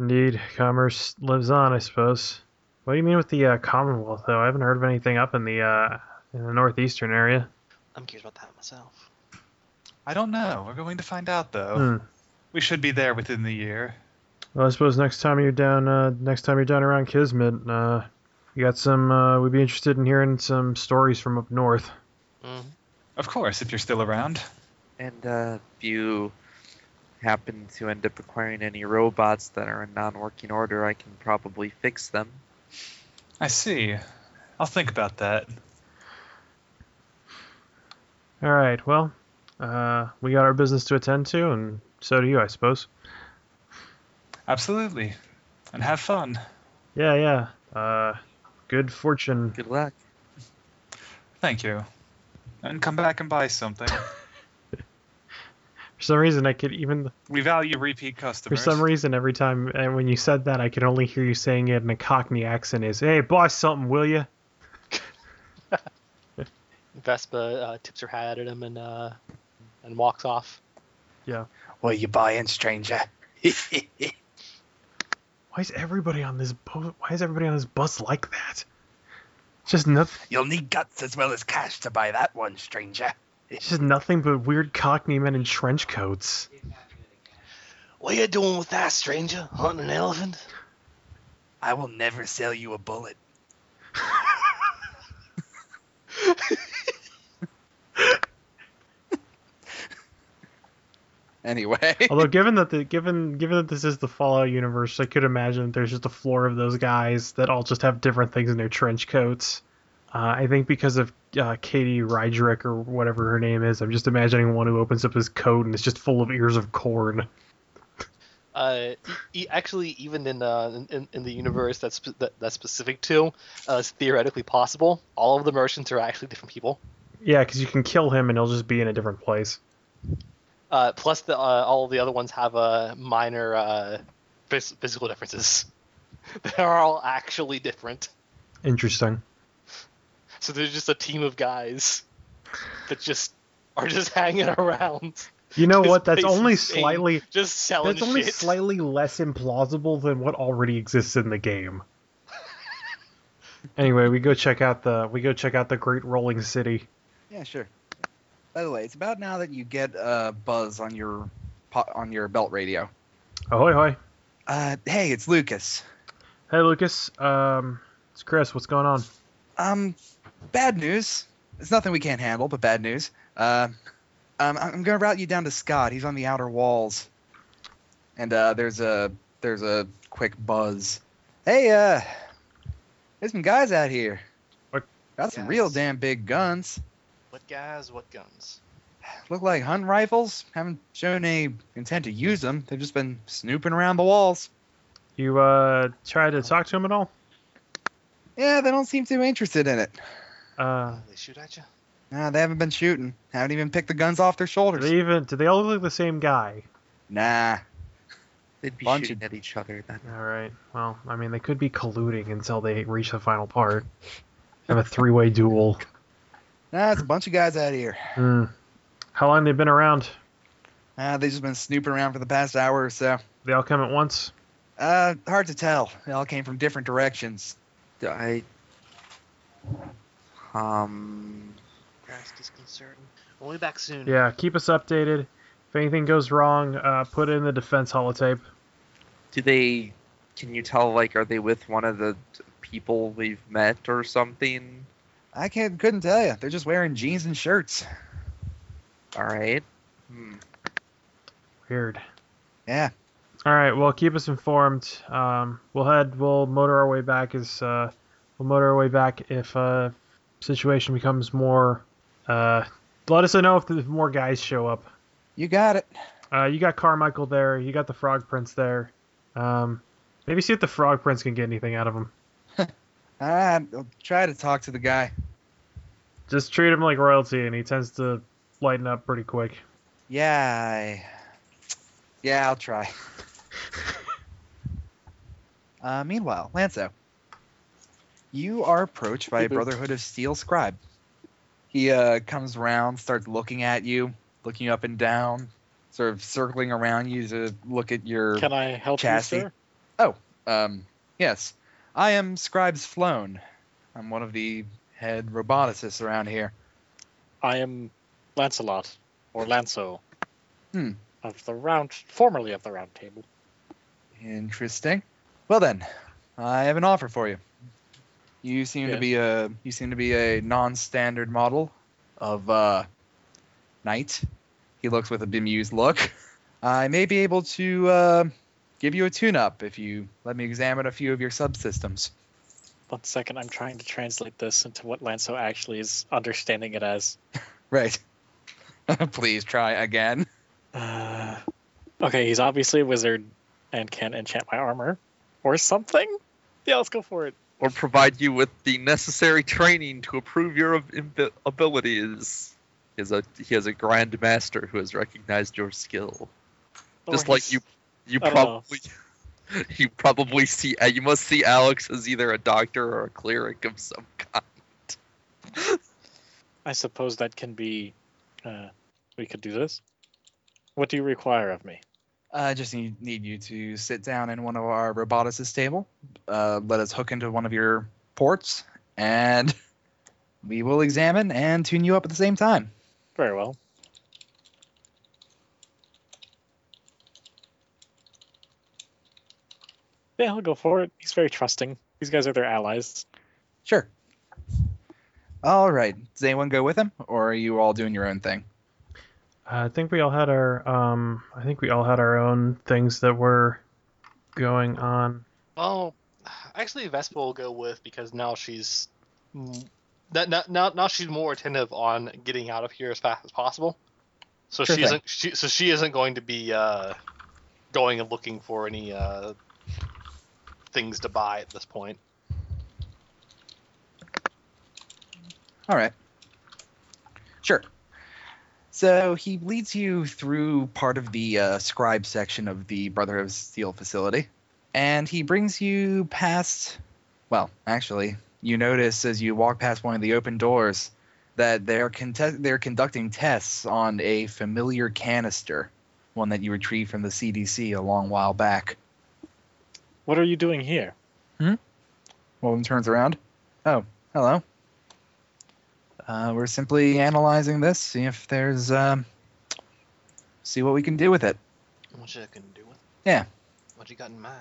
Indeed, commerce lives on, I suppose. What do you mean with the uh, Commonwealth, though? I haven't heard of anything up in the uh, in the northeastern area.
I'm curious about that myself.
I don't know. We're going to find out, though.
Hmm.
We should be there within the year.
Well, I suppose next time you're down, uh, next time you're down around Kismet, uh, you got some. Uh, we'd be interested in hearing some stories from up north.
Mm-hmm.
Of course, if you're still around.
And uh, if you happen to end up acquiring any robots that are in non-working order, I can probably fix them.
I see. I'll think about that.
All right. Well, uh, we got our business to attend to, and so do you, I suppose.
Absolutely. And have fun.
Yeah, yeah. Uh, good fortune.
Good luck.
Thank you. And come back and buy something.
For some reason, I could even
We value repeat
For
customers.
some reason, every time and when you said that, I could only hear you saying it in a Cockney accent. Is hey, buy something, will you?
Vespa uh, tips her hat at him and uh, and walks off.
What are you buying, stranger?
Why is everybody on this boat? Why is everybody on this bus like that? Just nothing.
You'll need guts as well as cash to buy that one, stranger.
It's just nothing but weird Cockney men in trench coats.
What you doing with that, stranger? Hunting an elephant?
I will never sell you a bullet.
Anyway.
Although, given that the given given that this is the Fallout universe, I could imagine that there's just a floor of those guys that all just have different things in their trench coats. Uh, I think because of uh, Katie Rydrick or whatever her name is, I'm just imagining one who opens up his coat and it's just full of ears of corn.
Uh, e- e- actually, even in, uh, in in the universe that's spe- that, that's specific to, uh, is theoretically possible. All of the merchants are actually different people.
Yeah, because you can kill him and he'll just be in a different place.
Uh, plus, the, uh, all of the other ones have uh, minor uh, phys- physical differences. They are all actually different.
Interesting.
So there's just a team of guys that just are just hanging around,
You know
His
what? That's
face
only
is stained.
slightly
just selling
that's only
shit.
slightly less implausible than what already exists in the game. anyway, we go check out the we go check out the Great Rolling City.
Yeah, sure. By the way, it's about now that you get a buzz on your po- on your belt radio.
Ahoy hoy.
Uh, hey, it's Lucas.
Hey Lucas, um it's Chris, what's going on?
Um, bad news. It's nothing we can't handle, but bad news. Uh, um, I- I'm gonna route you down to Scott. He's on the outer walls. And uh, there's a there's a quick buzz. Hey, uh, there's some guys out here.
What?
Got some
Guys.
real damn big guns.
What guys? What guns?
Look like Hun rifles. Haven't shown any intent to use them. They've just been snooping around the walls.
You uh try to talk to him at all?
Yeah, they don't seem too interested in it.
Uh,
they shoot at you?
Nah, they haven't been shooting. Haven't even picked the guns off their
do
shoulders.
they even do they all look like the same guy?
Nah.
They'd be
Bunch
shooting at each other then.
All right. Well, I mean, they could be colluding until they reach the final part. Have a three-way duel.
Nah, it's a bunch of guys out here.
Hmm. How long they been around?
Uh, they've just been snooping around for the past hour or so.
They all come at once.
Uh, hard to tell. They all came from different directions.
Do I. Um.
Christ disconcerting. We'll be back soon.
Yeah. Keep us updated. If anything goes wrong, uh, put in the defense holotape.
Do they? Can you tell? Like, are they with one of the t- people we've met or something?
I can't, couldn't tell you. They're just wearing jeans and shirts.
All right. Hmm.
Weird.
Yeah.
All right. Well, keep us informed. Um, we'll head. We'll motor our way back as. Uh, we'll motor our way back if uh, situation becomes more. Uh, let us know if the- if more guys show up.
You got it.
Uh, you got Carmichael there. You got the Frog Prince there. Um, maybe see if the Frog Prince can get anything out of him.
Ah, I'll try to talk to the guy.
Just treat him like royalty, and he tends to lighten up pretty quick.
Yeah. I... Yeah, I'll try. uh, meanwhile, Lanzo, you are approached by a Brotherhood of Steel scribe. He uh, comes around, starts looking at you, looking up and down, sort of circling around you to look at your.
Can I help
Chassis.
you, sir?
Um, yes, I am Scribes Flown. I'm one of the head roboticists around here.
I am Lancelot, or Lanso,
Hmm.
of the round, formerly of the Round Table.
Interesting. Well then, I have an offer for you. You seem
Yeah.
to be a you seem to be a non-standard model of uh, knight. He looks with a bemused look. I may be able to uh, give you a tune-up if you let me examine a few of your subsystems.
One second, I'm trying to translate this into what Lanso actually is understanding it as.
Right. Please try again.
Uh, okay, he's obviously a wizard and can enchant my armor or something. Yeah, let's go for it.
Or provide you with the necessary training to improve your ab- imbi- abilities. He has a he has a grand master who has recognized your skill.
Lower
Just like
his-
you, you
Oh, I don't know.
probably you probably see uh, you must see Alex as either a doctor or a cleric of some kind.
I suppose that can be. Uh, we could do this. What do you require of me?
I just need, need you to sit down in one of our roboticist table. Uh, let us hook into one of your ports, and we will examine and tune you up at the same time.
Very well. Yeah, I'll go for it. He's very trusting. These guys are their allies.
Sure. All right. Does anyone go with him, or are you all doing your own thing?
I think we all had our. Um, I think we all had our own things that were going on.
Oh,
Actually, Vespa will go with because now she's m- that now now, now she's more attentive on getting out of here as fast as possible.
so
Sure
she
thing.
isn't. She, so she isn't going to be uh, going and looking for any uh,
Things to buy at this point.
All right. Sure. So he leads you through part of the uh, scribe section of the Brotherhood of Steel facility, and he brings you past. Well, actually, you notice as you walk past one of the open doors that they're conte- they're conducting tests on a familiar canister, one that you retrieved from the CDC a long while back.
What are you doing here?
One of them turns around. Oh, hello. Uh, we're simply analyzing this, see if there's, um, see what we can do with it.
What you can do with it?
Yeah.
What you got in mind?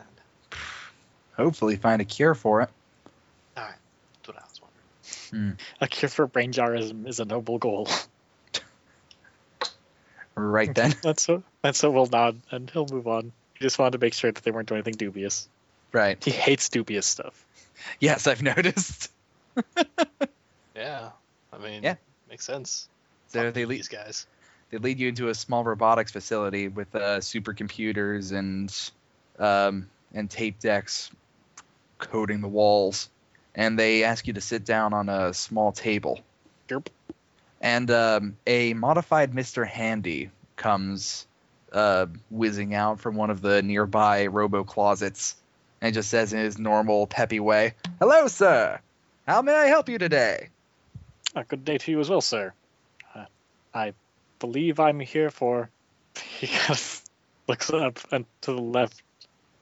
Hopefully, find a cure for it.
That's what I was wondering.
A cure for brain jarism is a noble goal.
Right then.
That's so. That's so. We'll nod and he'll move on. He just wanted to make sure that they weren't doing anything dubious.
right.
He hates dubious stuff.
Yes, I've noticed.
Yeah. I mean,
Yeah.
makes Makes sense.
So
Fuck
they lead
these guys.
they lead you into a small robotics facility with uh, supercomputers and um, and tape decks coating the walls, and they ask you to sit down on a small table.
Derp.
And um, a modified Mister Handy comes uh, whizzing out from one of the nearby robo closets, and just says in his normal peppy way, "Hello, sir. How may I help you today?"
Ah, good day to you as well, sir. Uh, I believe I'm here for. He kind of looks up and to the left,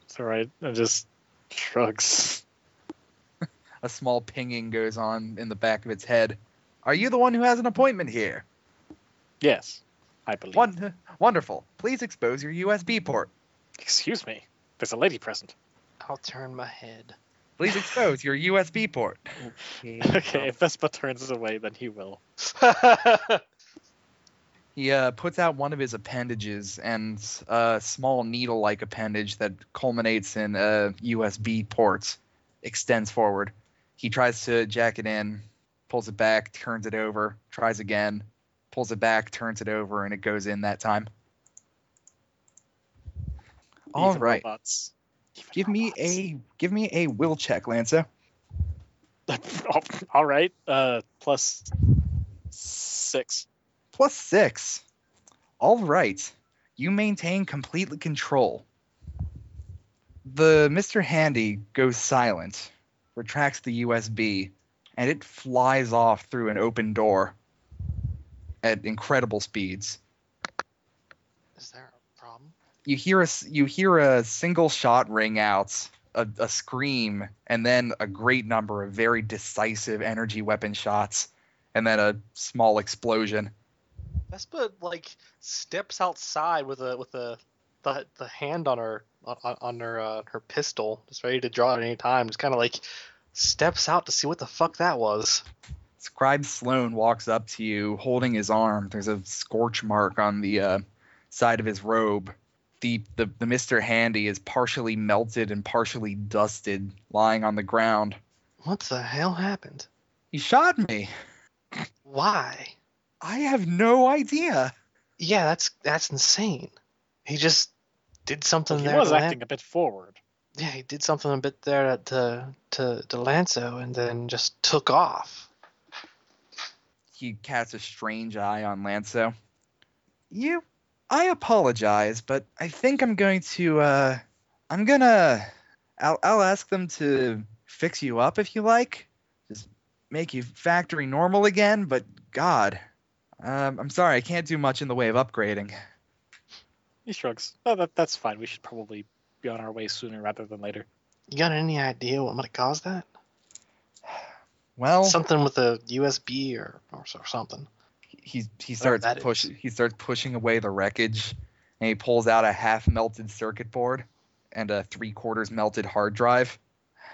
to the right, and just shrugs.
a small pinging goes on in the back of its head. Are you the one who has an appointment here?
Yes, I believe.
Won- wonderful. Please expose your USB port.
Excuse me. There's a lady present.
I'll turn my head.
Please expose your USB port.
Okay, if Vespa turns away, then he will.
He uh, puts out one of his appendages and a small needle like appendage that culminates in uh, a USB port extends forward. He tries to jack it in, pulls it back, turns it over, tries again, pulls it back, turns it over, and it goes in that time. All
Even
right.
robots. Even
Give me
robots.
a give me a will check, Lanza.
Oh, All right. Uh, plus six.
Plus six. All right. You maintain complete control. The Mr. Handy goes silent, retracts the USB, and it flies off through an open door at incredible speeds.
Is there a problem?
You hear a s- you hear a single shot ring out, a, a scream, and then a great number of very decisive energy weapon shots, and then a small explosion.
Vespa like steps outside with a with a the, the hand on her on, on her uh, her pistol, just ready to draw at any time. Just kind of like steps out to see what the fuck that was.
Scribe Sloan walks up to you, holding his arm. There's a scorch mark on the uh, side of his robe. The, the the Mr. Handy is partially melted and partially dusted, lying on the ground.
What the hell happened?
He shot me.
Why?
I have no idea.
Yeah, that's that's insane. He just did something
Well, he
there.
was
to Lan-
acting a bit forward.
yeah, he did something a bit there to to to Lanzo, and then just took off.
He casts a strange eye on Lanso. You, I apologize, but I think I'm going to. Uh, I'm gonna. I'll, I'll ask them to fix you up if you like. Just make you factory normal again. But God, um, I'm sorry, I can't do much in the way of upgrading.
He shrugs. Oh, that, that's fine. We should probably be on our way sooner rather than later.
You got any idea what might cause that?
Well,
Something with a USB or or, so- something.
he he starts
that
push
is-
he starts pushing away the wreckage, and he pulls out a half melted circuit board and a three quarters melted hard drive.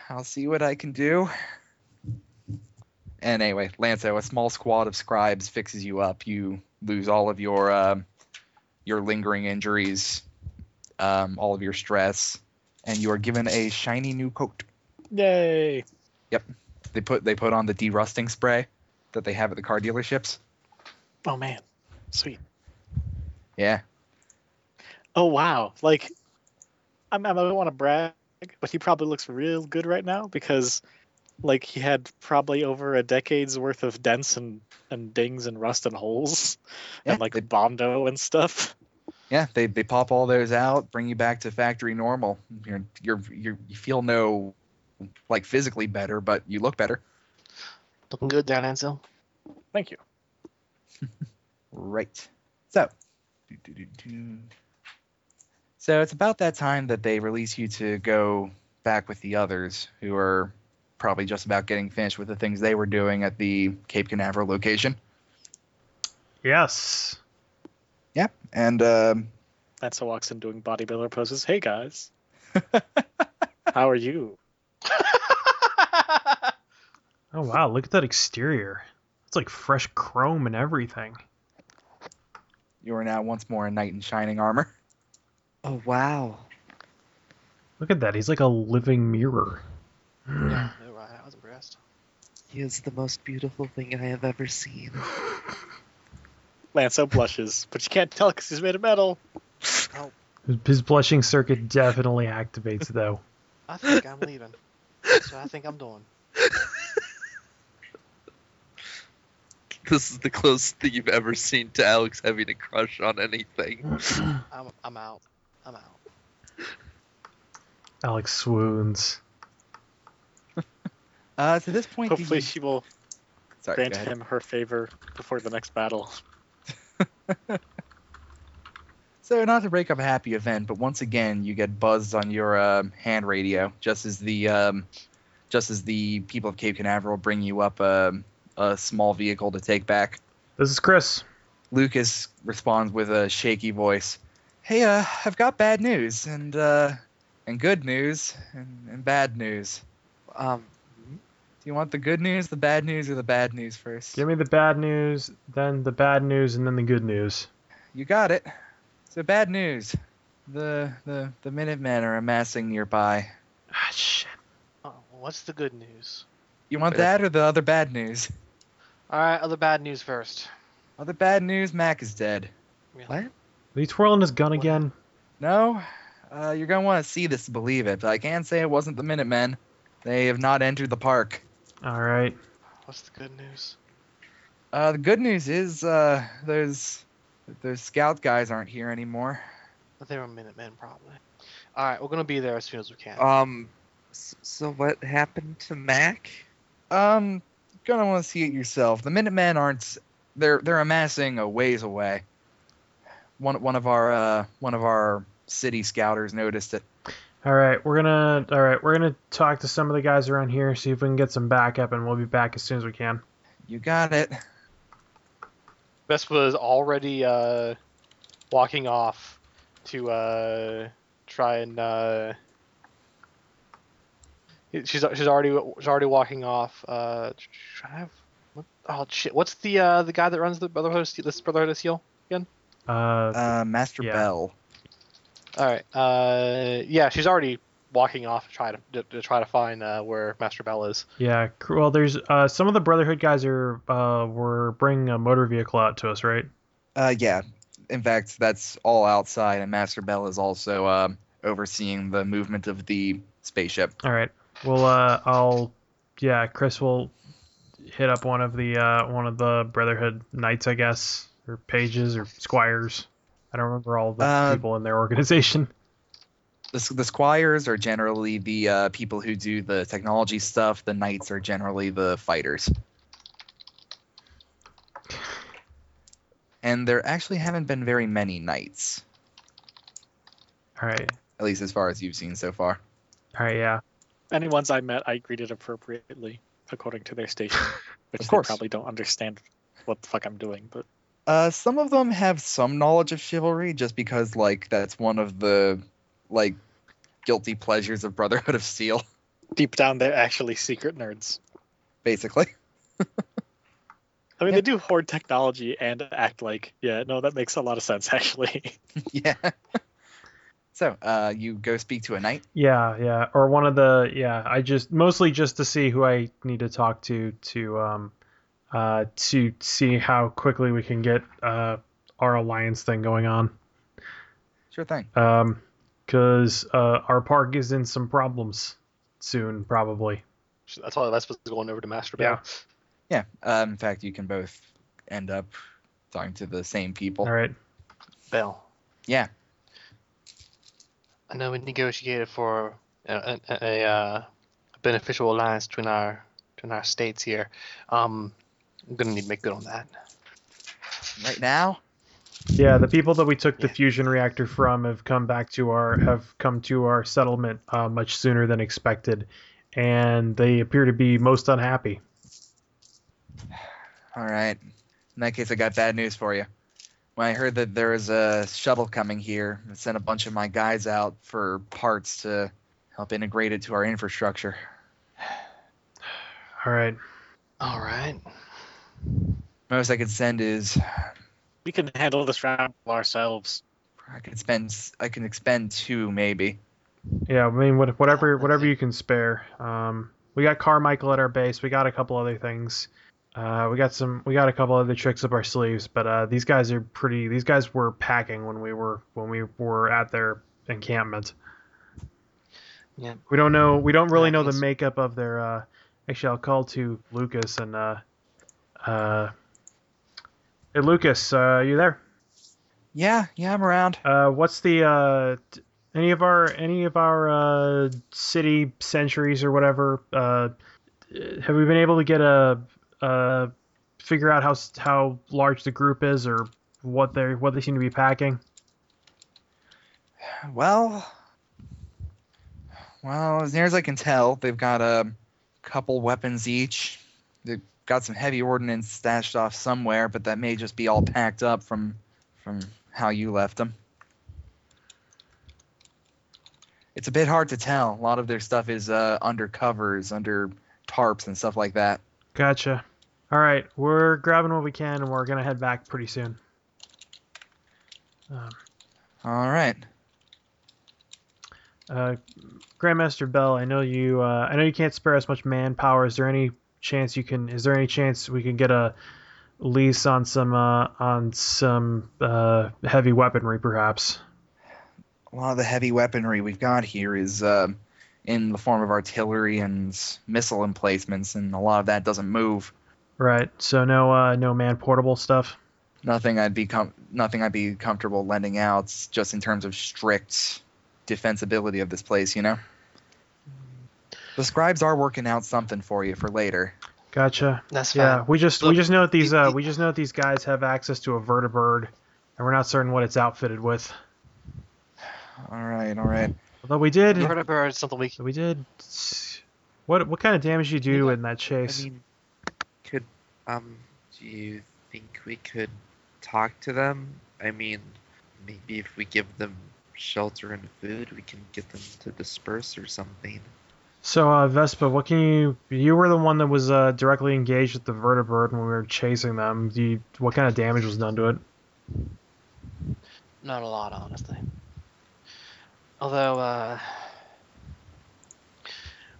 I'll see what I can do. And anyway, Lanzo, a small squad of scribes fixes you up. You lose all of your um, your lingering injuries, um, all of your stress, and you are given a shiny new coat.
Yay!
They put they put on the derusting spray that they have at the car dealerships.
Oh man, sweet.
Yeah.
Oh wow! Like, I'm, I don't want to brag, but he probably looks real good right now because, like, he had probably over a decade's worth of dents and and dings and rust and holes,
Yeah,
and like
they-
bondo and stuff.
Yeah, they, they pop all those out, bring you back to factory normal. You're, you're you're you feel no like physically better, but you look better.
Looking good there, Lanzo.
Thank you.
Right. So, do, do, do, do. so it's about that time that they release you to go back with the others who are probably just about getting finished with the things they were doing at the Cape Canaveral location.
Yes.
And um,
Lanza walks in doing bodybuilder poses. Hey guys, how are you?
Oh wow, look at that exterior. It's like fresh chrome and everything.
you are now once more a knight in shining armor.
Oh wow.
Look at that. He's like a living mirror.
yeah, no, right. I was impressed.
He is the most beautiful thing I have ever seen.
Lanso blushes, but you can't tell because he's made of metal.
His blushing circuit definitely activates, though.
I think I'm leaving. That's what I think I'm doing.
This is the closest thing you've ever seen to Alex having a crush on anything.
I'm, I'm out. I'm out.
Alex swoons.
Uh, to this point,
Hopefully,
the,
she will
sorry,
grant
go ahead.
him her favor before the next battle.
So, not to break up a happy event, but once again, you get buzzed on your um, hand radio, just as the um, just as the people of Cape Canaveral bring you up um, a small vehicle to take back.
This is Chris.
Lucas responds with a shaky voice. Hey, uh, I've got bad news and uh, and good news and, and bad news.
Um,
Do you want the good news, the bad news, or the bad news first?
Give me the bad news, then the bad news, and then the good news.
You got it. So bad news. The the the Minutemen are amassing nearby.
Ah, shit.
Oh, what's the good news?
You want
Fair.
that or the other bad news?
All right, other bad news first.
Other bad news, Mac is dead.
Are you twirling his gun again?
No? Uh, you're gonna want to see this to believe it, but I can say it wasn't the Minutemen. They have not entered the park.
All right.
What's the good news?
Uh, the good news is uh, those those scout guys aren't here anymore.
They were Minutemen, probably. All right, we're gonna be there as soon as we can.
Um, s- so what happened to Mac?
Um, you're gonna want to see it yourself. The Minutemen aren't. They're they're amassing a ways away. One one of our uh, one of our city scouters noticed it.
All right. We're gonna. All right. We're gonna talk to some of the guys around here, see if we can get some backup, and we'll be back as soon as we can.
You got it.
Vespa is already uh, walking off to uh, try and. Uh, she's she's already she's already walking off. Uh, should I have? What, oh shit! What's the uh, the guy that runs the Brotherhood of Steel? This Brotherhood of Steel.
Uh,
Uh, Master
Yeah.
Bell.
All right. Uh, yeah, she's already walking off to try to, to, to try to find uh, where Master Bell is.
yeah. cr- Well, there's uh, some of the Brotherhood guys are uh, were bringing a motor vehicle out to us, right?
Uh, yeah. In fact, that's all outside, and Master Bell is also um, overseeing the movement of the spaceship.
All right. Well, uh, I'll. Yeah, Chris will hit up one of the uh, one of the Brotherhood knights, I guess, or pages or squires. I don't remember all the
Uh,
people in their organization.
The, the squires are generally the uh, people who do the technology stuff. The knights are generally the fighters. And there actually haven't been very many knights,
All right.
at least as far as you've seen so far.
All right. Yeah.
Any ones I met, I greeted appropriately according to their station, which
Of
they
course.
probably don't understand what the fuck I'm doing. But
Uh, some of them have some knowledge of chivalry, just because like that's one of the like guilty pleasures of Brotherhood of Steel,
deep down, they're actually secret nerds.
basically.
I mean,
Yeah.
they do hoard technology and act like, yeah, no, that makes a lot of sense actually.
yeah. So, uh, you go speak to a knight.
Yeah. Yeah. Or one of the. Yeah. I just mostly just to see who I need to talk to to um uh to see how quickly we can get uh our alliance thing going on.
Sure thing.
Um, because uh, our park is in some problems soon, probably.
That's why Vespa's going over to Master Bell.
Yeah.
Yeah. Um, in fact, you can both end up talking to the same people.
All right.
Bell.
Yeah.
I know we negotiated for a, a, a, uh, beneficial alliance between our between our states here. Um, I'm gonna need to make good on that.
Right now,
Yeah, the people that we took the
Yeah.
fusion reactor from have come back to our have come to our settlement uh, much sooner than expected, and they appear to be most unhappy.
All right. In that case, I got bad news for you. When I heard that there was a shuttle coming here, I sent a bunch of my guys out for parts to help integrate it to our infrastructure.
All right.
All right.
Most I could send is
We can handle this round ourselves.
I could spend I can expend two maybe.
Yeah, I mean what, whatever whatever you can spare. Um, we got Carmichael at our base. We got a couple other things. Uh, we got some. We got a couple other tricks up our sleeves. But uh, these guys are pretty. These guys were packing when we were when we were at their encampment.
Yeah.
We don't know. We don't really
Yeah,
know the
let's-
makeup of their. Uh, actually, I'll call to Lucas and. Uh, uh, hey, Lucas, uh, are you there?
Yeah, yeah, I'm around.
Uh, what's the uh, t- any of our any of our uh, city centuries or whatever? Uh, have we been able to get a uh, figure out how s- how large the group is or what they are what they seem to be packing?
Well, well, as near as I can tell, they've got a couple weapons each. They've got some heavy ordnance stashed off somewhere, but that may just be all packed up from from how you left them. It's a bit hard to tell. A lot of their stuff is uh, under covers, under tarps, and stuff like that.
Gotcha. All right, we're grabbing what we can and we're gonna head back pretty soon. Um,
All right.
Uh, Grandmaster Bell, I know you. Uh, I know you can't spare us much manpower. Is there any chance you can? Is there any chance we can get a lease on some uh, on some uh, heavy weaponry, perhaps?
a lot of the heavy weaponry we've got here is uh, in the form of artillery and missile emplacements, and a lot of that doesn't move.
Right. So no uh, no man portable stuff.
Nothing I'd be com- nothing I'd be comfortable lending out, just in terms of strict defensibility of this place, you know. The scribes are working out something for you for later.
Gotcha.
That's fine.
Uh,
Yeah. We just we
Look,
just know that these
the-
uh,
the-
we just know that these guys have access to a vertibird, and we're not certain what it's outfitted with.
All right, all right.
Although we did
We're gonna burn something we can.
we did. What what kind of damage did you do in that chase?
I mean, could um, do you think we could talk to them? I mean, maybe if we give them shelter and food, we can get them to disperse or something.
So uh, Vespa, what can you? You were the one that was uh, directly engaged with the vertebrate when we were chasing them. Do you, what kind of damage was done to it?
Not a lot, honestly. Although, uh,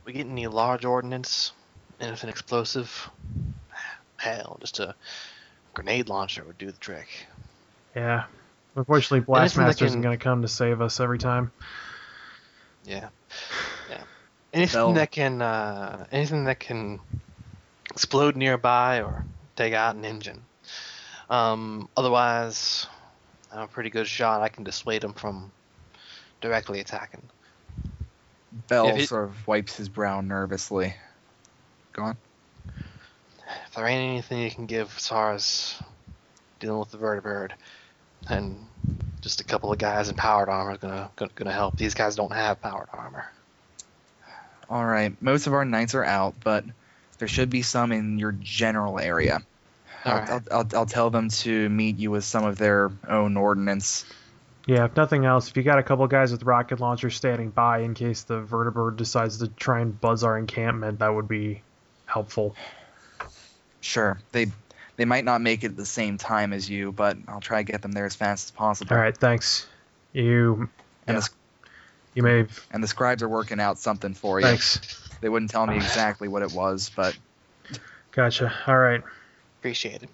we get any large ordnance, and if an explosive, hell, just a grenade launcher would do the trick.
Yeah, unfortunately,
Anything that
Blastmaster isn't
can-
going to come to save us every time.
Yeah, yeah. Anything
Well-
that can, uh, anything that can explode nearby or take out an engine. Um, otherwise, I'm a pretty good shot. I can dissuade them from directly attacking.
Bell
If it-
sort of wipes his brow nervously. Go on.
If there ain't anything you can give as far as dealing with the vertebrate, and just a couple of guys in powered armor is gonna gonna, gonna help. These guys don't have powered armor.
All right. Most of our knights are out, but there should be some in your general area.
All
I'll,
right.
I'll, I'll, I'll tell them to meet you with some of their own ordnance.
Yeah, if nothing else, if you got a couple guys with rocket launchers standing by in case the vertebrate decides to try and buzz our encampment, that would be helpful.
Sure, they they might not make it at the same time as you, but I'll try to get them there as fast as possible.
All right, thanks. You
And,
yeah.
the,
you may
and the scribes are working out something for you.
thanks.
They wouldn't tell me exactly what it was, but
Gotcha. All right,
Appreciate it.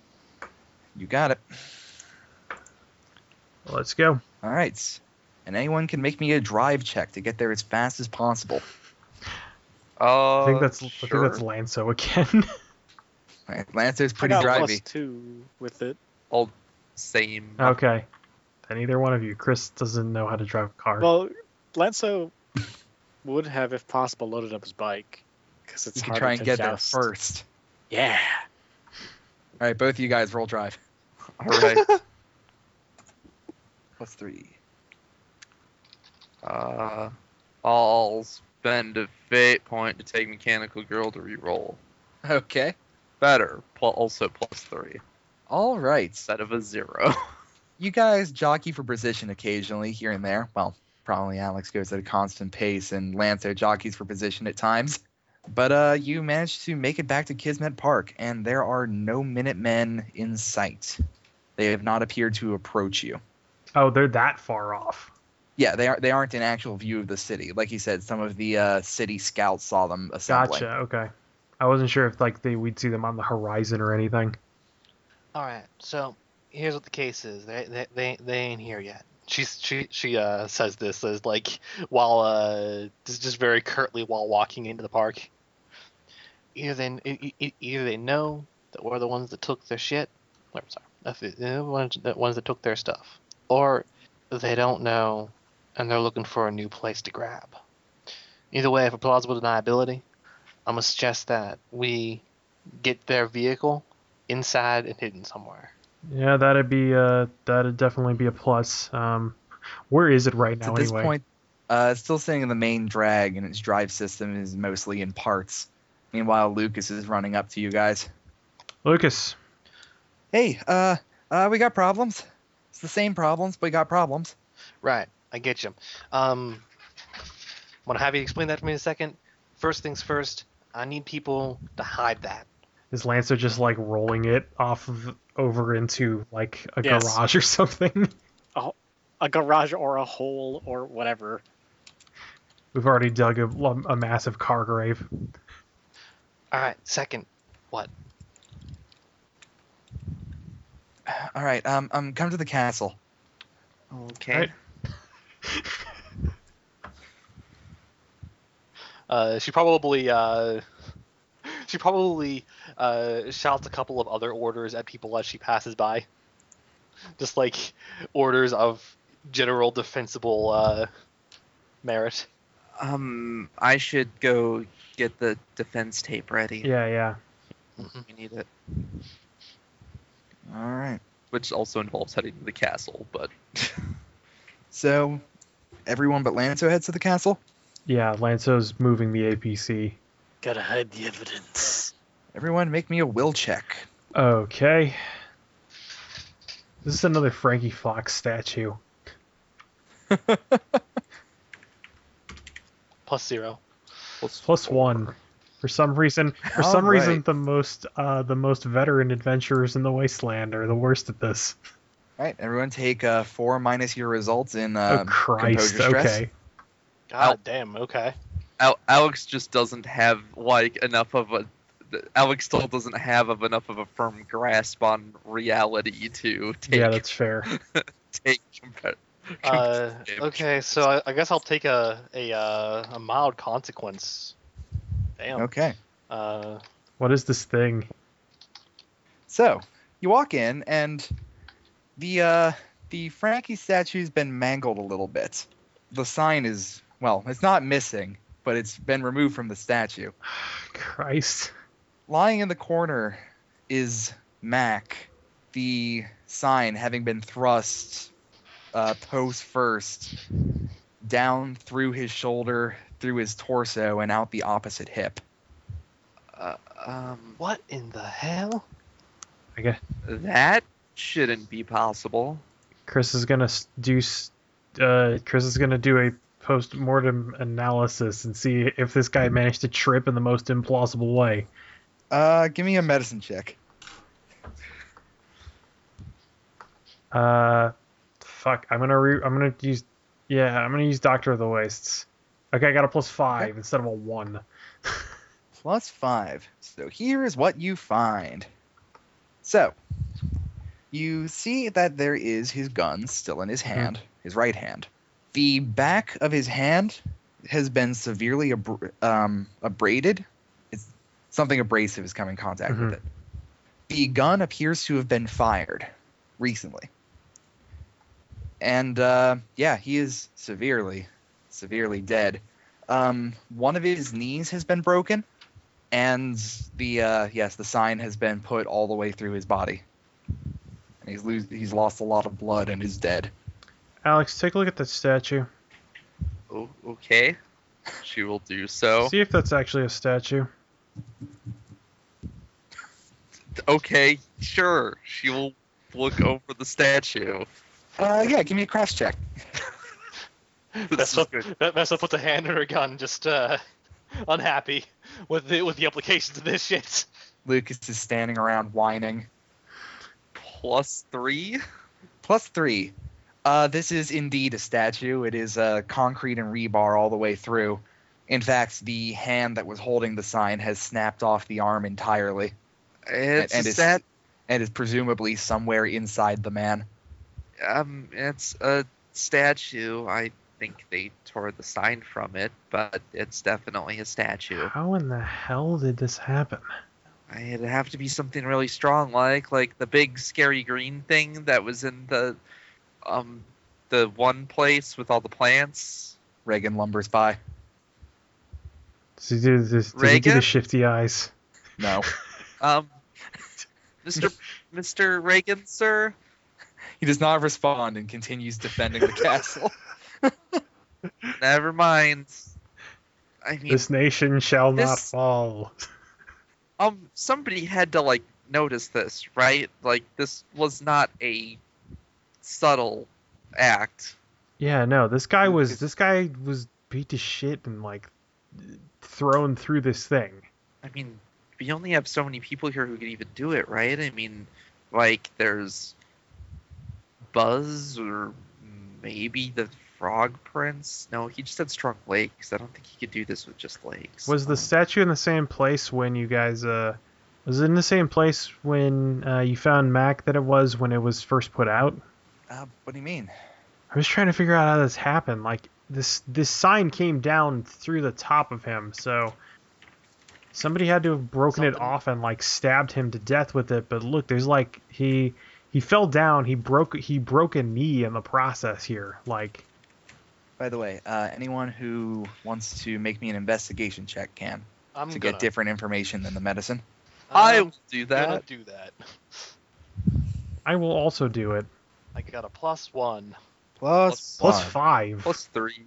you got it.
let's go.
All right. And anyone can make me a drive check to get there as fast as possible.
Uh,
I think that's I think
sure.
that's Lanso again.
Lancer's pretty
I got
drivey.
plus two with it.
same.
okay. Then either one of you, Chris doesn't know how to drive a car.
Well, Lanso would have, if possible, loaded up his bike because it's
You can
harder
try and
to
get
joust.
there first.
Yeah.
All right, both of you guys roll drive.
All right.
Plus three.
Uh, I'll spend a fate point to take Mechanical Girl to reroll.
Okay.
Better, pl- also plus three
All right.
instead of a zero.
you guys jockey for position occasionally here and there. Well, probably Alex goes at a constant pace and Lancer jockeys for position at times. But uh, you manage to make it back to Kismet Park, and there are no Minutemen in sight. They have not appeared to approach you.
Oh, they're that far off.
Yeah, they are. They aren't an actual view of the city. Like you said, some of the uh, city scouts saw them assembling.
Gotcha. Okay. I wasn't sure if like they we'd see them on the horizon or anything.
All right. So here's what the case is. They they they, they ain't here yet.
She's she she uh says this as like while uh just just very curtly while walking into the park.
Either they e- e- either they know that we're the ones that took their shit. Or, sorry, if it- they're the ones, the ones that took their stuff, or they don't know and they're looking for a new place to grab. Either way, for plausible deniability, I'm gonna suggest that we get their vehicle inside and hidden somewhere.
Yeah, that'd be uh that'd definitely be a plus. Um, where is it right now
At this
anyway?
point, uh, it's still sitting in the main drag, and its drive system is mostly in parts. Meanwhile, Lucas is running up to you guys.
Lucas,
Hey, uh, uh, we got problems. It's the same problems, but we got problems.
Right, I get you. Um, I'm gonna have you explain that to me in a second. First things first, I need people to hide that.
is Lancer just like rolling it off of over into like a
Yes.
garage or something?
a garage or a hole or whatever.
We've already dug a, a massive car grave.
All right, second,
All right, um, um, come to the castle.
Okay.
Right.
Uh she probably uh she probably uh shouts a couple of other orders at people as she passes by. Just like orders of general defensible uh merit.
Um, I should go get the defense tape ready.
Yeah, yeah.
We need it.
All right.
which also involves heading to the castle. But
So, everyone but Lanzo heads to the castle.
Yeah, Lanso's moving the APC.
Gotta hide the evidence.
Everyone, make me a will check.
Okay. This is another Frankie Fox statue.
Plus zero.
Plus one. For some reason, for
All
some reason,
right.
the most uh, the most veteran adventurers in the wasteland are the worst at this.
All right, everyone, take uh, four minus your results in
oh
uh,
Christ!
composure stress.
Okay.
God
Ow.
damn, okay.
Al- Alex just doesn't have like enough of a. Alex still doesn't have of enough of a firm grasp on reality to take
Yeah, that's fair.
take. Compa-
Uh,
competitive.
okay, so I, I guess I'll take a a uh, a mild consequence. Damn.
Okay.
Uh,
What is this thing?
So you walk in, and the uh, the Frankie statue's been mangled a little bit. The sign is well, it's not missing, but it's been removed from the statue.
Christ.
Lying in the corner is Mac, the sign having been thrust uh, post first down through his shoulder, through his torso, and out the opposite hip.
uh,
Um,
what in the hell?
I guess
that shouldn't be possible.
Chris is gonna s- do. s- Uh, Chris is gonna do a post mortem analysis and see if this
Hmm.
guy managed to trip in the most implausible way.
Uh, give me a medicine check.
Uh, fuck. I'm gonna re. I'm gonna use. Yeah, I'm gonna use Doctor of the Wastes. Okay, I got a plus five instead of a one.
plus five. So here is what you find. So you see that there is his gun still in his hand, his right hand. The back of his hand has been severely abr- um, abraded. It's something abrasive has come in contact with it. The gun appears to have been fired recently. And uh, yeah, he is severely, severely dead. Um, one of his knees has been broken, and the uh, yes, the sign has been put all the way through his body. And he's lose, he's lost a lot of blood and is dead.
Alex, take a look at that statue.
O- Oh, okay, she will do so.
See if that's actually a statue.
Okay, sure. She will look over the statue.
Uh, yeah, give me a cross check.
This is
Vespa, Vespa puts a hand in her gun, just uh, unhappy with the with the implications of this shit.
Lucas is standing around whining.
plus three.
Plus three. Uh, this is indeed a statue. It is uh, concrete and rebar all the way through. In fact, the hand that was holding the sign has snapped off the arm entirely
It's
and
a
it's-
stat.
and is presumably somewhere inside the man.
Um, it's a statue. I think they tore the sign from it, but it's definitely a statue.
How in the hell did this happen?
I- It'd have to be something really strong, like like the big scary green thing that was in the um the one place with all the plants.
Reagan lumbers by.
Does he do, does, does he do
Reagan?
the shifty eyes?
No.
Um, Mister Mister Reagan, sir.
He does not respond and continues defending the castle.
Never mind. I mean,
This nation shall not
This-
fall.
um, somebody had to like notice this, right? Like this was not a subtle act.
Yeah, no, this guy was
It's-
this guy was beat to shit and like thrown through this thing.
I mean, we only have so many people here who can even do it, right? I mean, like there's Buzz or maybe the Frog Prince. No, he just had strong legs. I don't think he could do this with just legs.
Was the
Um,
statue in the same place when you guys uh was it in the same place when uh, you found Mac that it was when it was first put out?
Uh, what do you mean?
I was trying to figure out how this happened. Like this this sign came down through the top of him, so somebody had to have broken it
Something-
off and like stabbed him to death with it. But look, there's like he he fell down, he broke he broke a knee in the process here. Like
By the way, uh, anyone who wants to make me an investigation check can
I'm
to
gonna,
get different information than the medicine.
I
I'm
will do
gonna
that.
do that.
I will also do it.
I got a plus one.
Plus,
Plus five.
Plus three.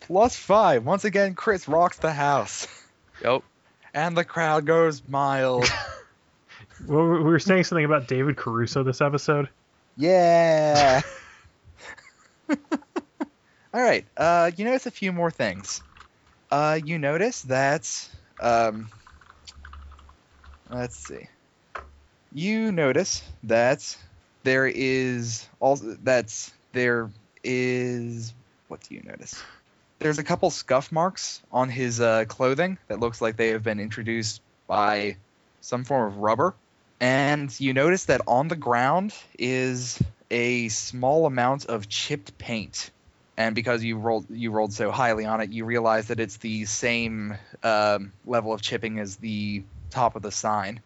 Plus five. Once again, Chris rocks the house.
Yep.
And the crowd goes mild.
We were we were saying something about David Caruso this episode.
yeah. All right. Uh, you notice a few more things. Uh, you notice that. Um, let's see. You notice that there is also that there is. What do you notice? There's a couple scuff marks on his uh, clothing that looks like they have been introduced by some form of rubber. And you notice that on the ground is a small amount of chipped paint. And because you rolled you rolled so highly on it, you realize that it's the same um, level of chipping as the top of the sign.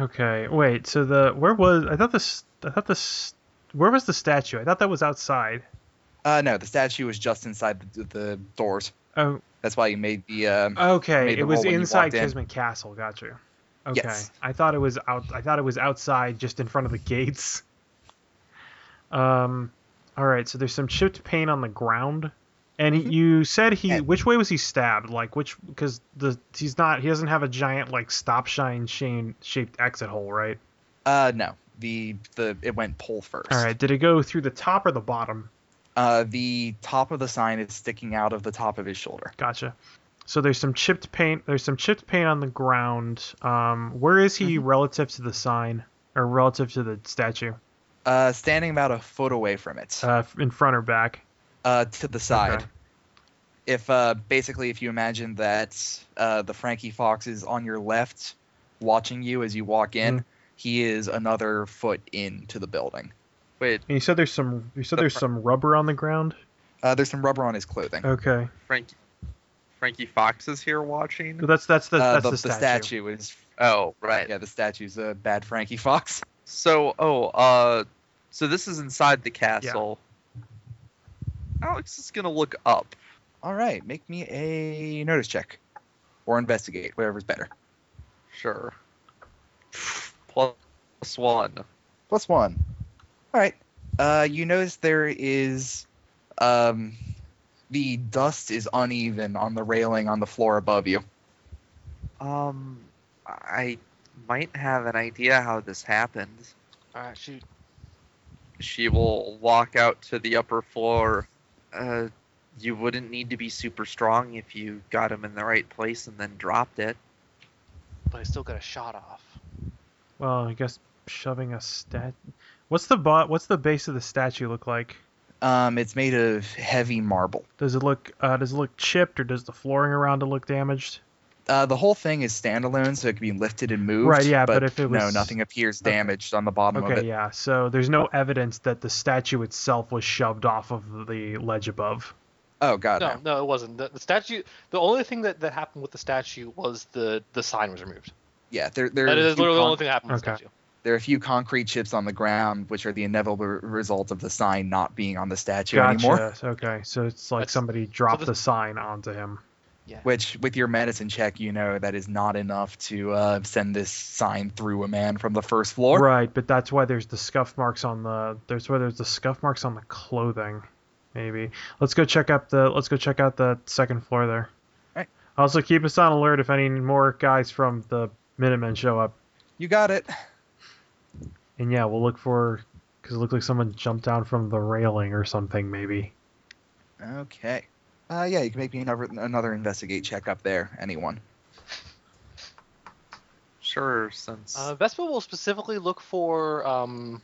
Okay, wait. So the where was I thought this I thought this where was the statue? I thought that was outside.
Uh, no, the statue was just inside the, the doors.
Oh, Uh.
That's why you made the. Um,
Okay,
made
it
the
was
roll when you
inside
walked in.
Kismet Castle. Gotcha. Okay,
Yes.
I thought it was out. I thought it was outside, just in front of the gates. Um, all right. So there's some chipped paint on the ground, and
Mm-hmm.
he, you said he.
And-
Which way was he stabbed? Like which? Because the he's not. He doesn't have a giant like stop sign shane- shaped exit hole, right?
uh, no, the the it went pole first.
All right. Did it go through the top or the bottom?
Uh, the top of the sign is sticking out of the top of his shoulder.
Gotcha. So there's some chipped paint. There's some chipped paint on the ground. Um, where is he relative to the sign or relative to the statue?
Uh, standing about a foot away from it.
Uh, in front or back?
uh, to the side.
Okay.
If uh, basically, if you imagine that uh, the Frankie Fox is on your left, watching you as you walk in,
Mm.
he is another foot into the building.
Wait,
And you said there's some. You said
The
there's
fr-
some rubber on the ground.
Uh, there's some rubber on his clothing.
Okay.
Frankie. Frankie Fox is here watching.
So that's that's the
uh,
that's
the,
the, statue.
is
Oh, right.
yeah, the statue's a bad Frankie Fox.
So, oh, uh, so this is inside the castle. Alex is gonna look up.
All right, make me a notice check, or investigate, whatever's better.
Sure. Plus one.
plus one. All right. Uh, you notice there is, um, the dust is uneven on the railing on the floor above you.
Um, I might have an idea how this happened.
All right, shoot.
She will walk out to the upper floor.
Uh, you wouldn't need to be super strong if you got him in the right place and then dropped it.
But I still got a shot off.
Well, I guess shoving a stat. What's the bo- What's the base of the statue look like?
Um, it's made of heavy marble.
Does it look uh, Does it look chipped, or does the flooring around it look damaged?
Uh, the whole thing is standalone, so it can be lifted and moved.
Right, yeah,
But,
but if it
no,
was-
nothing appears
Okay.
damaged on the bottom of
Okay,
it.
yeah. So there's no evidence that the statue itself was shoved off of the ledge above.
Oh god,
No, no, it wasn't. The, the statue. The only thing that, that happened with the statue was the the sign was removed.
Yeah, there, there,
That
are a
is
few
literally the
con-
only thing that happened with
Okay.
the statue.
there are a few concrete chips on the ground, which are the inevitable r- result of the sign not being on the statue anymore.
Gotcha. Okay, so it's like
That's-
somebody dropped
this-
the sign onto him.
Which, with your medicine check, you know that is not enough to uh, send this sign through a man from the first floor.
Right, but that's why there's the scuff marks on the there's why there's the scuff marks on the clothing. Maybe let's go check up the let's go check out the second floor there.
Right.
Also keep us on alert if any more guys from the Minutemen show up.
You got it.
And yeah, we'll look for because it looked like someone jumped down from the railing or something. Maybe.
Okay. Uh, yeah, you can make me another, another investigate check up there. Anyone?
Sure, since
Uh, Vespa will specifically look for. Um,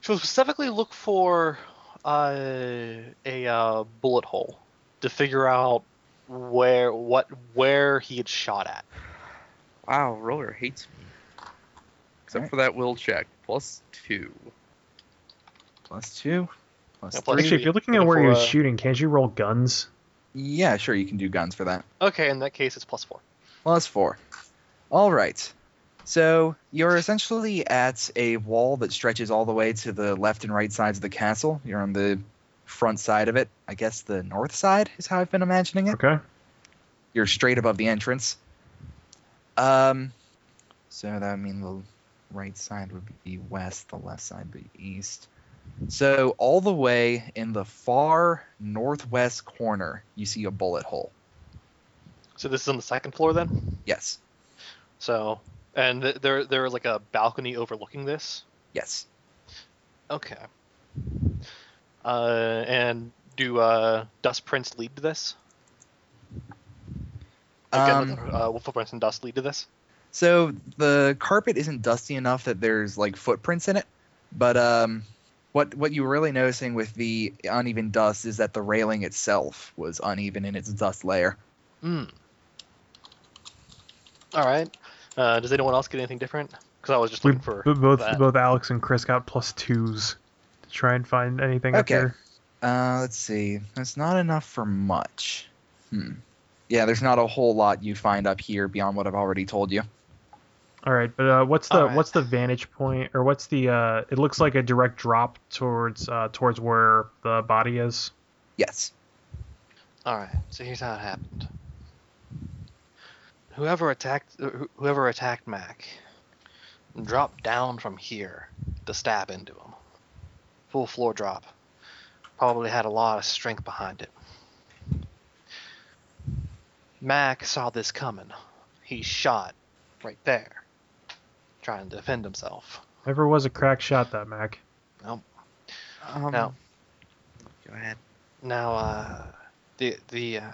she will specifically look for uh, a uh, bullet hole to figure out where what where he had shot at.
wow, roller hates me. Except
Alright.
for that will check plus two.
Plus two. Plus
Yeah,
three.
plus
Actually, if
we-
you're looking at
looking
where he
for,
was
uh,
shooting, can't you roll guns?
Yeah, sure. You can do guns for that.
Okay, in that case, it's plus four.
Plus four. All right. So you're essentially at a wall that stretches all the way to the left and right sides of the castle. You're on the front side of it. I guess the north side is how I've been imagining it.
Okay.
You're straight above the entrance. Um, so that would mean the right side would be west, the left side would be east. So all the way in the far northwest corner, you see a bullet hole.
So this is on the second floor then.
Yes.
So and th- there there is like a balcony overlooking this.
Yes.
Okay. Uh, and do uh, dust prints lead to this? Again,
Um,
uh, will footprints and dust lead to this?
So the carpet isn't dusty enough that there's like footprints in it, but um, what what you were really noticing with the uneven dust is that the railing itself was uneven in its dust layer.
Hmm. All right. Uh, does anyone else get anything different? Because I was just
We
looking for.
b- both
that.
both Alex and Chris got plus twos to try and find anything up
Okay.
here.
Uh, let's see, that's not enough for much. Hmm. Yeah, there's not a whole lot you find up here beyond what I've already told you.
All right, but uh, what's the
All right.
what's the vantage point or what's the uh, it looks like a direct drop towards uh, towards where the body is.
Yes.
All right. So here's how it happened. Whoever attacked wh- whoever attacked Mac dropped down from here to stab into him. Full floor drop. Probably had a lot of strength behind it. Mac saw this coming. He shot right there, trying to defend himself.
Never was a crack shot that Mac.
Um,
Now-
Go ahead.
Now, uh, the the uh,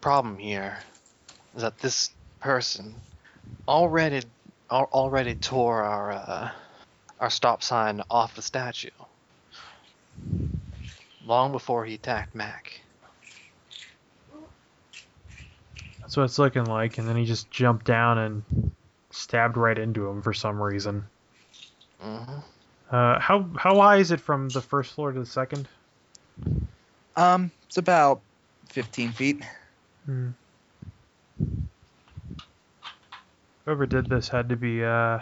problem here is that this person already al- already tore our uh, our stop sign off the statue long before he attacked Mac.
That's what it's looking like, and then he just jumped down and stabbed right into him for some reason.
hmm
Uh, how how high is it from the first floor to the second?
Um, it's about 15 feet.
Hmm. Whoever did this had to be. Uh,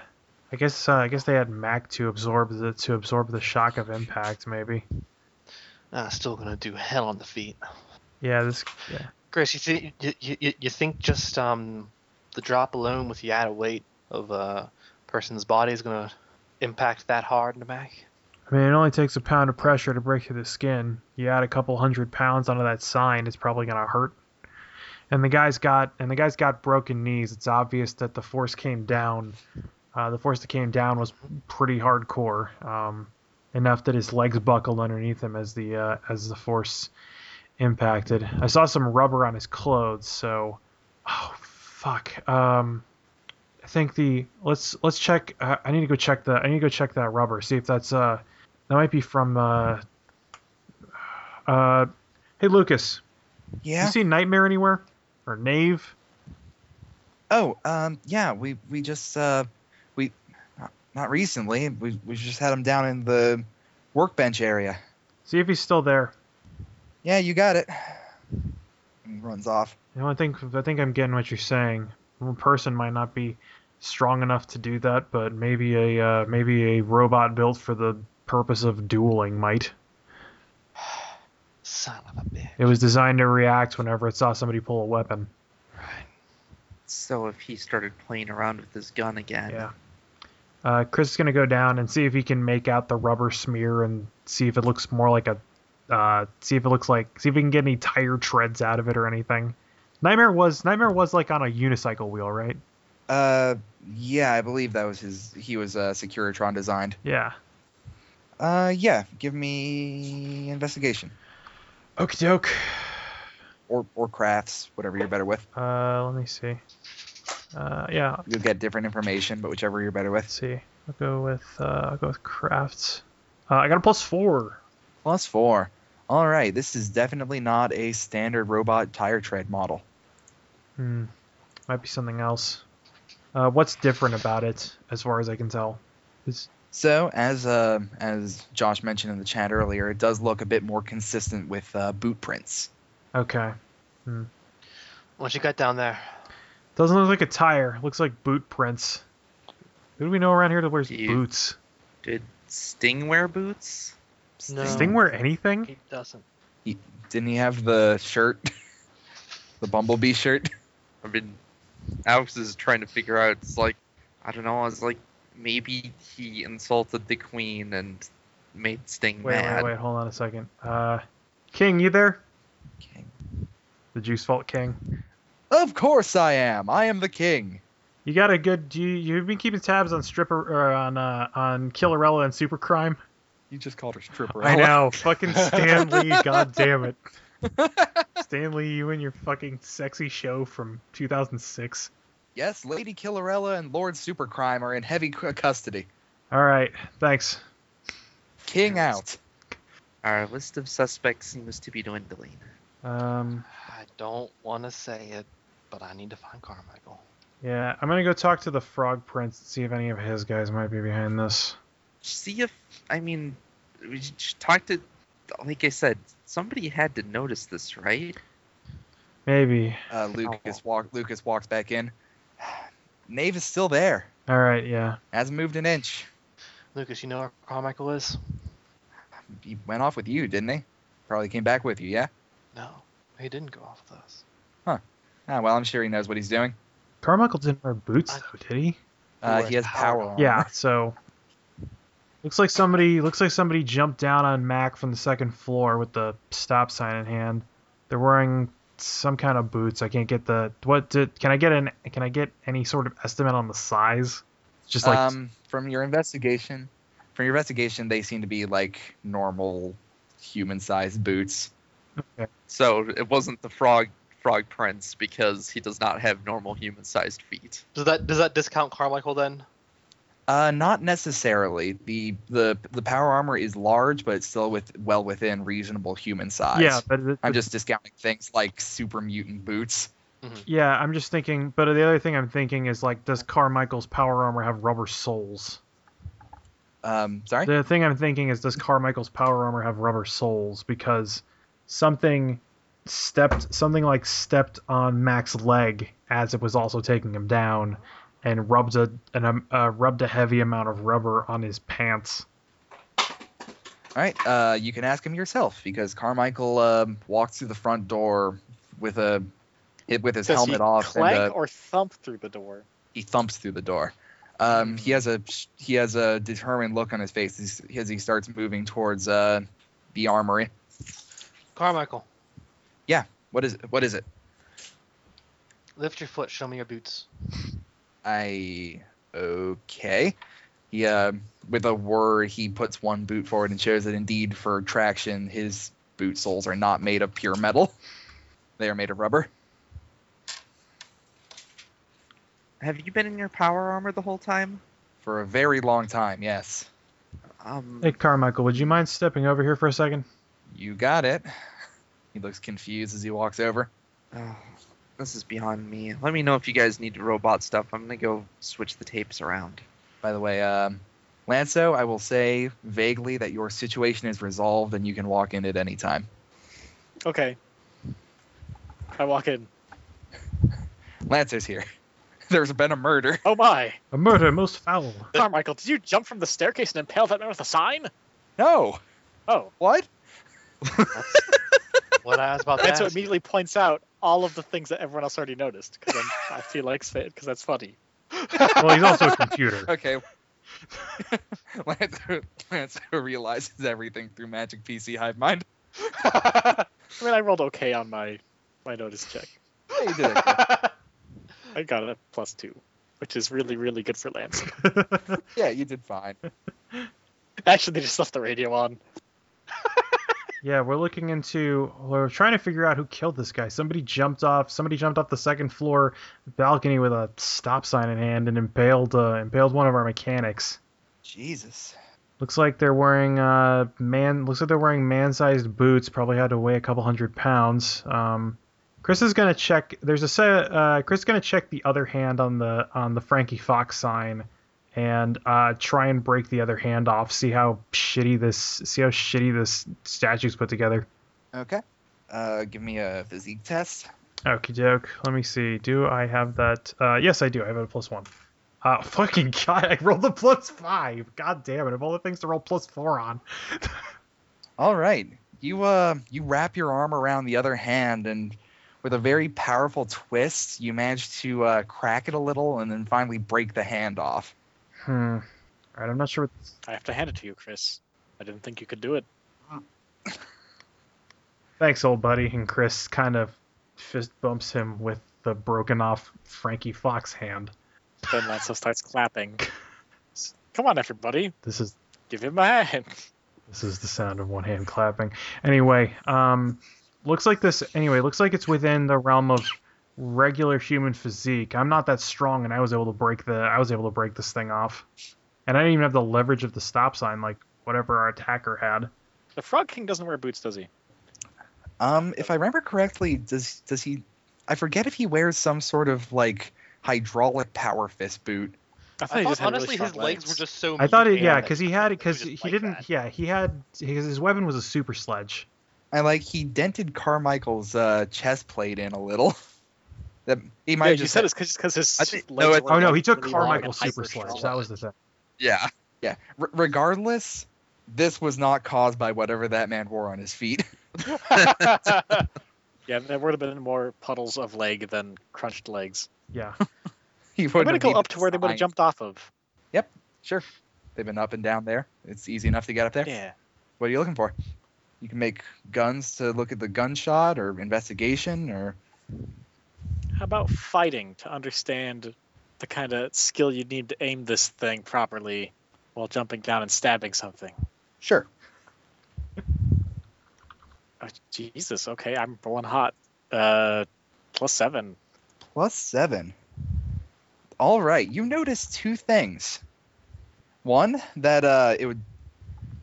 I guess uh, I guess they had Mac to absorb the to absorb the shock of impact. Maybe.
Uh, still gonna do hell on the feet.
Yeah. This. Yeah.
Chris, you, thi- you, you, you- you think just um, the drop alone with the added weight of uh, a person's body is gonna impact that hard into Mac?
I mean, it only takes a pound of pressure to break through the skin. You add a couple hundred pounds onto that sign, it's probably gonna hurt. And the guy's got and the guy's got broken knees. It's obvious that the force came down. Uh, the force that came down was pretty hardcore, um, enough that his legs buckled underneath him as the uh, as the force impacted. I saw some rubber on his clothes, so oh fuck. Um, I think the let's let's check. Uh, I need to go check the. I need to go check that rubber. See if that's uh that might be from uh uh. Hey Lucas,
Yeah.
you see Nightmare anywhere or Knave?
Oh, um, yeah, we we just uh, we not, not recently. We we just had him down in the workbench area.
See if he's still there.
Yeah, you got it. And he runs off.
You know, I think I think I'm getting what you're saying. One person might not be strong enough to do that, but maybe a uh, maybe a robot built for the purpose of dueling might.
Son of a bitch.
It was designed to react whenever it saw somebody pull a weapon.
So if he started playing around with his gun again,
Yeah. Uh, Chris is gonna go down and see if he can make out the rubber smear and see if it looks more like a, uh, see if it looks like see if he can get any tire treads out of it or anything. Nightmare was Nightmare was like on a unicycle wheel, right?
Uh, yeah, I believe that was his. He was uh, Securitron designed.
Yeah.
Uh, yeah, give me investigation
Okie doke.
or or crafts, whatever you're better with.
Uh, let me see. Uh, yeah,
You'll get different information, but whichever you're better
let's
with.
see. I'll go with uh, I'll go with crafts. Uh, I got a plus four.
Plus four. All right, this is definitely not a standard robot tire tread model.
Hmm. Might be something else. Uh, what's different about it, as far as I can tell? It's,
So, as uh, as Josh mentioned in the chat earlier, it does look a bit more consistent with uh, boot prints.
okay.
What you got down there?
Doesn't look like a tire. Looks like boot prints. Who do we know around here that wears
Do you-
boots?
did Sting wear boots?
No.
Does Sting wear anything?
He doesn't.
Didn't he have the shirt, the bumblebee shirt?
I mean, Alex is trying to figure out. It's like, I don't know. I was like, maybe he insulted the queen and made Sting
Wait,
mad.
wait, wait. Hold on a second. Uh, King, you there?
King.
The Juice Vault King.
Of course I am. I am the king.
You got a good. You you've been keeping tabs on stripper or on uh, on Killerella and Supercrime.
You just called her stripper.
I know, fucking Stanley. God damn it, Stanley, you and your fucking sexy show from 2006.
Yes, Lady Killerella and Lord Supercrime are in heavy cu- custody.
All right, thanks.
King out.
Our list of suspects seems to be dwindling.
Um,
I don't want to say it, but I need to find Carmichael.
Yeah, I'm gonna go talk to the Frog Prince and see if any of his guys might be behind this.
See if I mean, we should talk to. Like I said, somebody had to notice this, right?
Maybe.
Uh, Lucas walk. Lucas walks back in. Knave is still there.
All right. Yeah.
Hasn't moved an inch.
Lucas, you know where Carmichael is?
He went off with you, didn't he? Probably came back with you. Yeah.
No, he didn't go off with us.
Ah, well, I'm sure he knows what he's doing.
Carmichael didn't wear boots though, did he?
Uh,
Or
he has
power
power. armor.
Yeah. So. Looks like somebody looks like somebody jumped down on Mac from the second floor with the stop sign in hand. They're wearing some kind of boots. I can't get the what did can I get an can I get any sort of estimate on the size? Just like
um, from your investigation, from your investigation, they seem to be like normal human-sized boots.
So it wasn't the frog frog prince because he does not have normal human-sized feet.
Does that does that discount Carmichael then?
Uh, not necessarily. the the The power armor is large, but it's still with well within reasonable human size.
yeah, but it-
I'm just discounting things like super mutant boots.
yeah, I'm just thinking. But the other thing I'm thinking is like, does Carmichael's power armor have rubber soles?
Um, sorry.
The thing I'm thinking is, does Carmichael's power armor have rubber soles? Because something stepped, something like stepped on Mac's leg as it was also taking him down, and rubbed a an, um, uh, rubbed a heavy amount of rubber on his pants.
All right. Uh, you can ask him yourself because Carmichael um, walked through the front door with a hit with his
Does
helmet
he
off
clank
and uh,
or thump through the door?
he thumps through the door. Um, he has a he has a determined look on his face as, as he starts moving towards uh, the armory.
Carmichael,
What is it? What is it?
lift your foot. Show me your boots.
I okay. He uh, with a word he puts one boot forward and shows that indeed for traction his boot soles are not made of pure metal. They are made of rubber.
have you been in your power armor the whole time?
for a very long time. Yes,
Um,
Hey, Carmichael, would you mind stepping over here for a second?
you got it. He looks confused as he walks over.
oh, this is beyond me. Let me know if you guys need robot stuff. I'm gonna go switch the tapes around.
By the way, um, Lanso, I will say vaguely that your situation is resolved and you can walk in at any time.
Okay. I walk in.
Lanso's here. There's been a murder.
Oh my!
A murder most foul.
Carmichael, did you jump from the staircase and impale that man with a sign?
No.
Oh.
What?
What I was about to
That's what
ask.
immediately points out all of the things that everyone else already noticed. Because I feel like because that's funny.
Well, he's also a computer.
Okay. Lanso, Lanso realizes everything through Magic PC Hive Mind.
I mean, I rolled okay on my my notice check.
Hey, you did it.
I got a plus two, which is really really good for Lance.
Yeah, you did fine.
Actually, they just left the radio on.
yeah, we're looking into. We're trying to figure out who killed this guy. Somebody jumped off. Somebody jumped off the second floor balcony with a stop sign in hand and impaled uh, impaled one of our mechanics.
Jesus.
Looks like they're wearing uh man. Looks like they're wearing man-sized boots. Probably had to weigh a couple hundred pounds. Um, Chris is gonna check. There's a set. Uh, Chris is gonna check the other hand on the on the Frankie Fox sign, and uh, try and break the other hand off. See how shitty this. See how shitty this statue's put together.
Okay. Uh, give me a physique test.
Okie doke. Let me see. Do I have that? Uh, yes, I do. I have a plus one. Uh, fucking god! I rolled a plus five. God damn it! Of all the things to roll plus four on.
All right. You uh you wrap your arm around the other hand and with a very powerful twist, you manage to uh, crack it a little and then finally break the hand off.
Hmm. All right. I'm not sure. What
I have to hand it to you, Chris. I didn't think you could do it.
Thanks, old buddy. And Chris kind of fist bumps him with the broken off Frankie Fox hand.
Then Lance starts clapping. Come on, everybody,
This is
give him a hand.
this is the sound of one hand clapping. Anyway, um, looks like this. Anyway, looks like it's within the realm of regular human physique. I'm not that strong, and I was able to break the I was able to break this thing off, and I didn't even have the leverage of the stop sign like whatever our attacker had.
The Frog King doesn't wear boots, does he?
Um, if I remember correctly, does does he? I forget if he wears some sort of like hydraulic power fist boot.
I thought
I
he
thought,
just had really
honestly,
strong
his legs were just so.
I thought it
meaty
yeah
and
because he
that
had
was
because he
just like
didn't
that.
yeah he had his, his weapon was a super sledge.
I like he dented Carmichael's uh, chest plate in a little. that he might
yeah,
have
you
just
said it's because his
I think-
legs
no, it-
were
Oh no,
like
he took
really long and
Carmichael's
hyper
super sledge.
strong.
That was the thing.
Yeah.
yeah. R- regardless, this was not caused by whatever that man wore on his feet.
yeah, there would have been more puddles of leg than crunched legs.
Yeah.
he
I'm
wouldn't
gonna
have
go
needed
up to where they would have
sign.
jumped off of.
Sure. They've been up and down there. It's easy enough to get up there.
Yeah.
What are you looking for? You can make guns to look at the gunshot or investigation or
How about fighting to understand the kind of skill you need to aim this thing properly while jumping down and stabbing something?
sure.
Oh, Jesus. Okay, I'm rolling hot. Uh, plus seven.
Plus seven. All right. You notice two things. One that uh, it would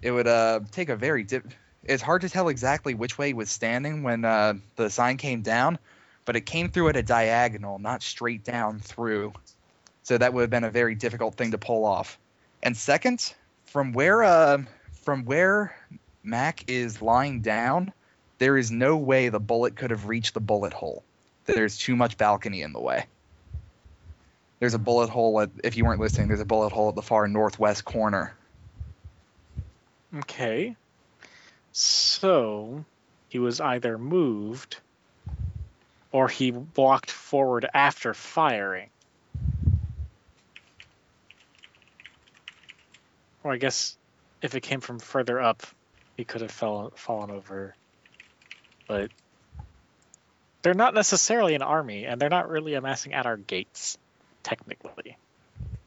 it would uh, take a very dip. It's hard to tell exactly which way it was standing when uh, the sign came down, but it came through at a diagonal, not straight down through. So that would have been a very difficult thing to pull off. And second, from where uh, from where Mac is lying down, there is no way the bullet could have reached the bullet hole there's too much balcony in the way. There's a bullet hole at, if you weren't listening, there's a bullet hole at the far northwest corner.
Okay. So he was either moved or he walked forward after firing. Or I guess if it came from further up, he could have fell, fallen over. But they're not necessarily an army, and they're not really amassing at our gates, technically.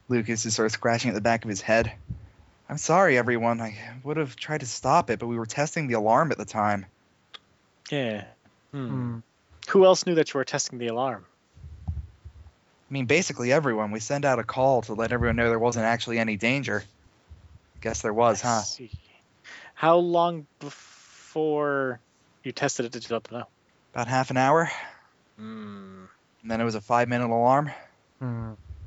Lucas is sort of scratching at the back of his head. I'm sorry, everyone. I would have tried to stop it, but we were testing the alarm at the time.
Hmm. Mm-hmm.
Yeah. Who else knew that you were testing the alarm?
mean, basically everyone. We send out a call to let everyone know there wasn't actually any danger. Guess there was,
I
huh?
see. How long before you tested it did you let them know?
About half an hour,
Mm.
and then it was a five-minute alarm.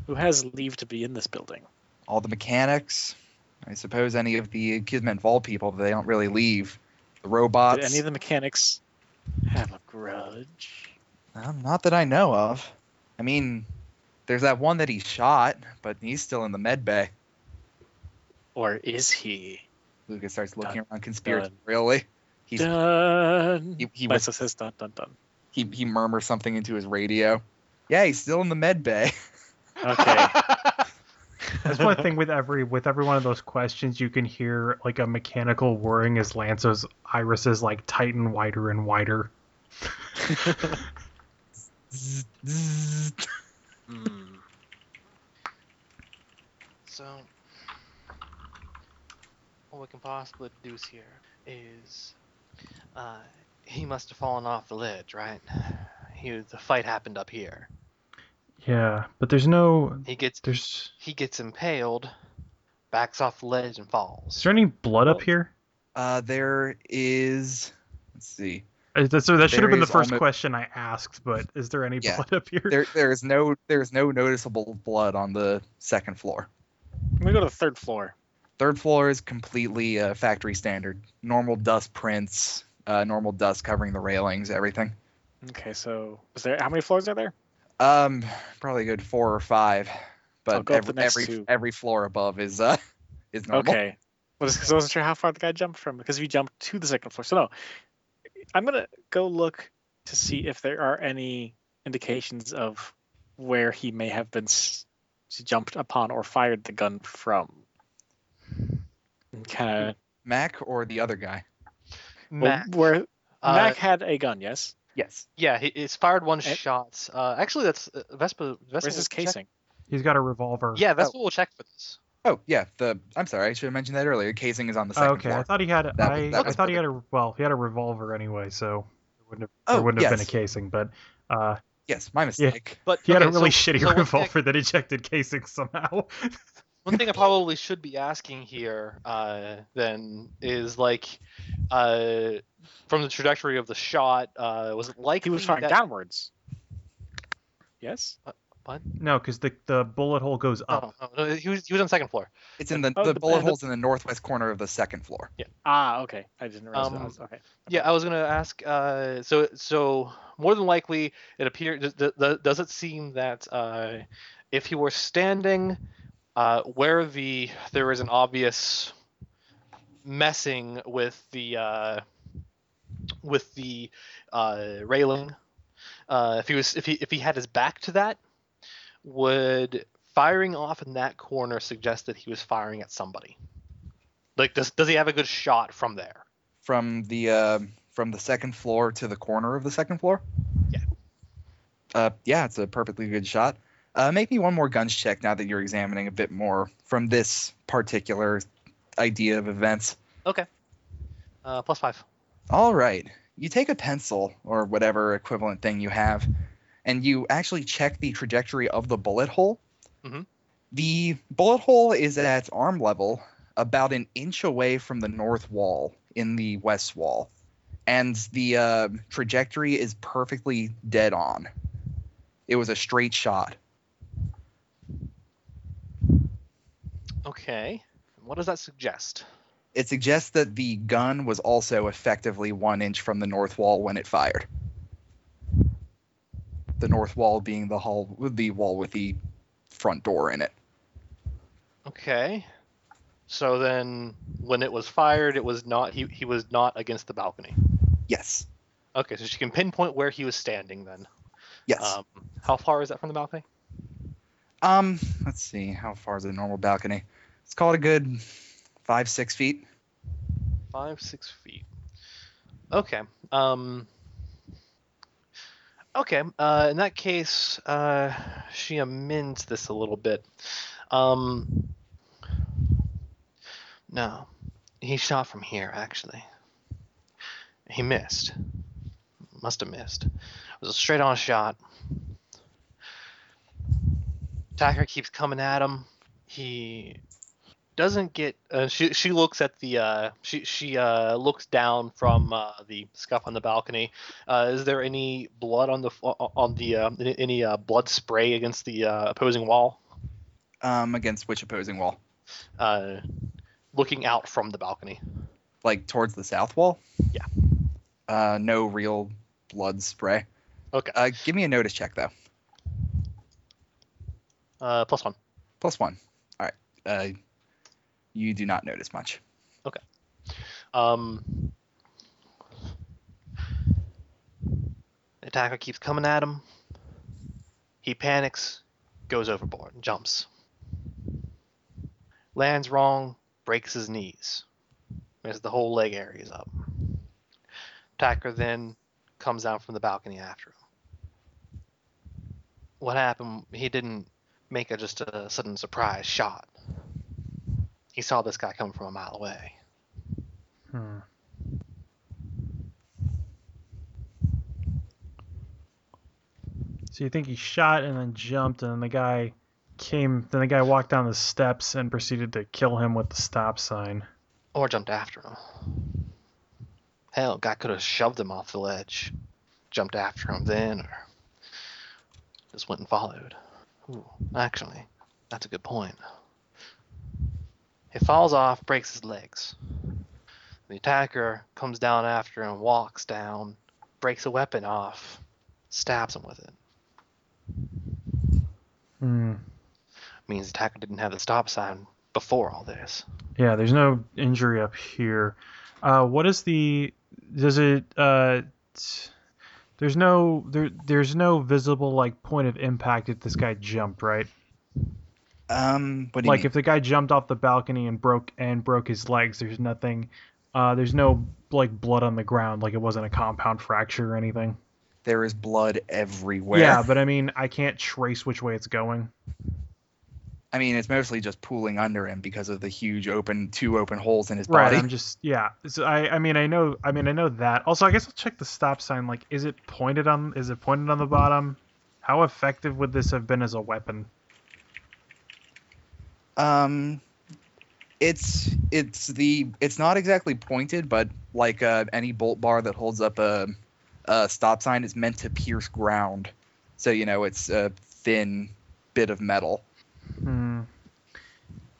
Who has leave to be in this building?
All the mechanics, I suppose, any of the Kismet Vault people. But they don't really leave. The robots.
Did any of the mechanics have a grudge?
Um, not that I know of. I mean, there's that one that he shot, but he's still in the med bay.
Or is he
Lucas starts looking
Dun,
around conspiratorially. He's,
done?
he, he,
Lysa says dun dun dun.
he, he murmurs something into his radio. Yeah, he's still in the med bay.
Okay.
That's my thing with every with every one of those questions. You can hear like a mechanical whirring as Lance's irises like tighten wider and wider.
Zzz, zzz.
Hmm. So, what we can possibly deduce here is uh, he must have fallen off the ledge, right? He the fight happened up here.
Yeah, but there's no
He gets
there's
he gets impaled, backs off the ledge and
is
falls.
there any blood up here?
Uh, there is. Let's see.
Uh, that- So that should have been the
There is
first
almo-
question I asked. But is there any
Yeah.
blood up here?
There, there is no, there is no noticeable blood on the second floor.
I'm gonna go to the third floor.
Third floor is completely uh, factory standard. Normal dust prints, uh, normal dust covering the railings, everything.
Okay, so is there how many floors are there?
Um, probably a good four or five,
I'll
but
go up the
every
next
every,
two.
every floor above is uh is normal.
Okay. Well, just because I wasn't sure how far the guy jumped from, because if he jumped to the second floor. So, no, I'm going to go look to see if there are any indications of where he may have been s- jumped upon or fired the gun from. Kind of.
Mac or the other guy?
Mac,
where,
uh,
Mac had a gun, yes?
Yes.
yeah, he, he's fired one
Eh?
shot. Uh, actually, that's uh, Vespa. Vespa
Where's his
will check-
casing?
He's got a revolver.
Yeah, Vespa will check for this.
Oh yeah. The I'm sorry, I should have mentioned that earlier. Casing is on the
Oh,
second
okay, I
floor.
thought he had.
That was-
I,
that
I
was
thought he had a well. He had a revolver anyway, so there wouldn't have, there
Oh,
wouldn't have been
yes.
a casing. But uh,
Yes, my mistake.
But
he had a
okay, so-
really shitty
so one thing-
revolver that ejected casing somehow.
One thing I probably should be asking here, uh, then, is like, uh, from the trajectory of the shot, uh, was it likely
He was firing
that-
downwards. Yes?
no, because the the bullet hole goes up.
Oh, no, no, he was he was on the second floor.
It's in the
Oh,
the
the-
bullet
the-
holes in the northwest corner of the second floor.
Ah, okay. I didn't realize that.
Um,
was- okay.
Yeah, I was gonna ask. Uh, so so more than likely, it appears. Does, th- th- does it seem that uh, if he were standing uh, where the there is an obvious messing with the uh, with the uh, railing, uh, if he was if he if he had his back to that, would firing off in that corner suggest that he was firing at somebody? Like does does he have a good shot from there?
From the uh, from the second floor to the corner of the second floor.
Yeah.
Uh, yeah, it's a perfectly good shot. Uh, make me one more guns check now that you're examining a bit more from this particular idea of events.
Uh, plus five.
All right. You take a pencil or whatever equivalent thing you have, and you actually check the trajectory of the bullet hole.
Mhm.
The bullet hole is at arm level, about an inch away from the north wall in the west wall, and the uh, trajectory is perfectly dead on. It was a straight shot.
Okay. What does that suggest?
It suggests that the gun was also effectively one inch from the north wall when it fired. The north wall being the hall, the wall with the front door in it.
Okay. So then, when it was fired, it was not he. He was not against the balcony.
Yes,
Okay, so she can pinpoint where he was standing. Then,
yes.
um, how far is that from the balcony?
um, let's see, how far is the normal balcony? Let's call it a good five, six feet.
Five, six feet. Okay. Um. Okay. Uh, in that case, uh, she amends this a little bit. Um. No, he shot from here actually. He missed. Must have missed. It was a straight-on shot. Attacker keeps coming at him. He doesn't get. Uh, she she looks at the. Uh, she she uh, looks down from uh, the scuff on the balcony. Uh, is there any blood on the f- on the uh, any uh, blood spray against the uh, opposing wall?
Um, against which opposing wall?
Uh, looking out from the balcony.
Like towards the south wall?
Yeah.
Uh, no real blood spray.
Okay.
Uh, give me a notice check though.
Uh, plus one.
Plus one. All right. Uh, you do not notice much.
Um, attacker keeps coming at him. He panics, goes overboard, and jumps. Lands wrong, breaks his knees. As the whole leg area is up. Attacker then comes down from the balcony after him. What happened? He didn't make a just a sudden surprise shot. He saw this guy coming from a mile away.
Hmm. So you think he shot and then jumped, and then the guy came. Then the guy walked down the steps and proceeded to kill him with the stop sign.
Or jumped after him. Hell, guy could have shoved him off the ledge, jumped after him then, or just went and followed. Ooh, actually, that's a good point. He falls off, breaks his legs. The attacker comes down after him, walks down, breaks a weapon off, stabs him with it.
Hmm.
Means the attacker didn't have the stop sign before all this.
Yeah, there's no injury up here. Uh, what is the? Does it? Uh, t- there's no there. There's no visible like point of impact if this guy jumped, right?
Um, what do you
Like
mean?
if the guy jumped off the balcony and broke and broke his legs, there's nothing. Uh, there's no like blood on the ground, like it wasn't a compound fracture or anything.
there is blood everywhere.
Yeah, but I mean, I can't trace which way it's going.
I mean, it's mostly just pooling under him because of the huge open, two open holes in his
Right.
body.
I'm just yeah. So I I mean I know I mean I know that. Also, I guess I'll check the stop sign. Like, is it pointed on? Is it pointed on the bottom? How effective would this have been as a weapon?
Um, it's it's the it's not exactly pointed, but like uh, any bolt bar that holds up a, a stop sign is meant to pierce ground. So you know it's a thin bit of metal.
Hmm.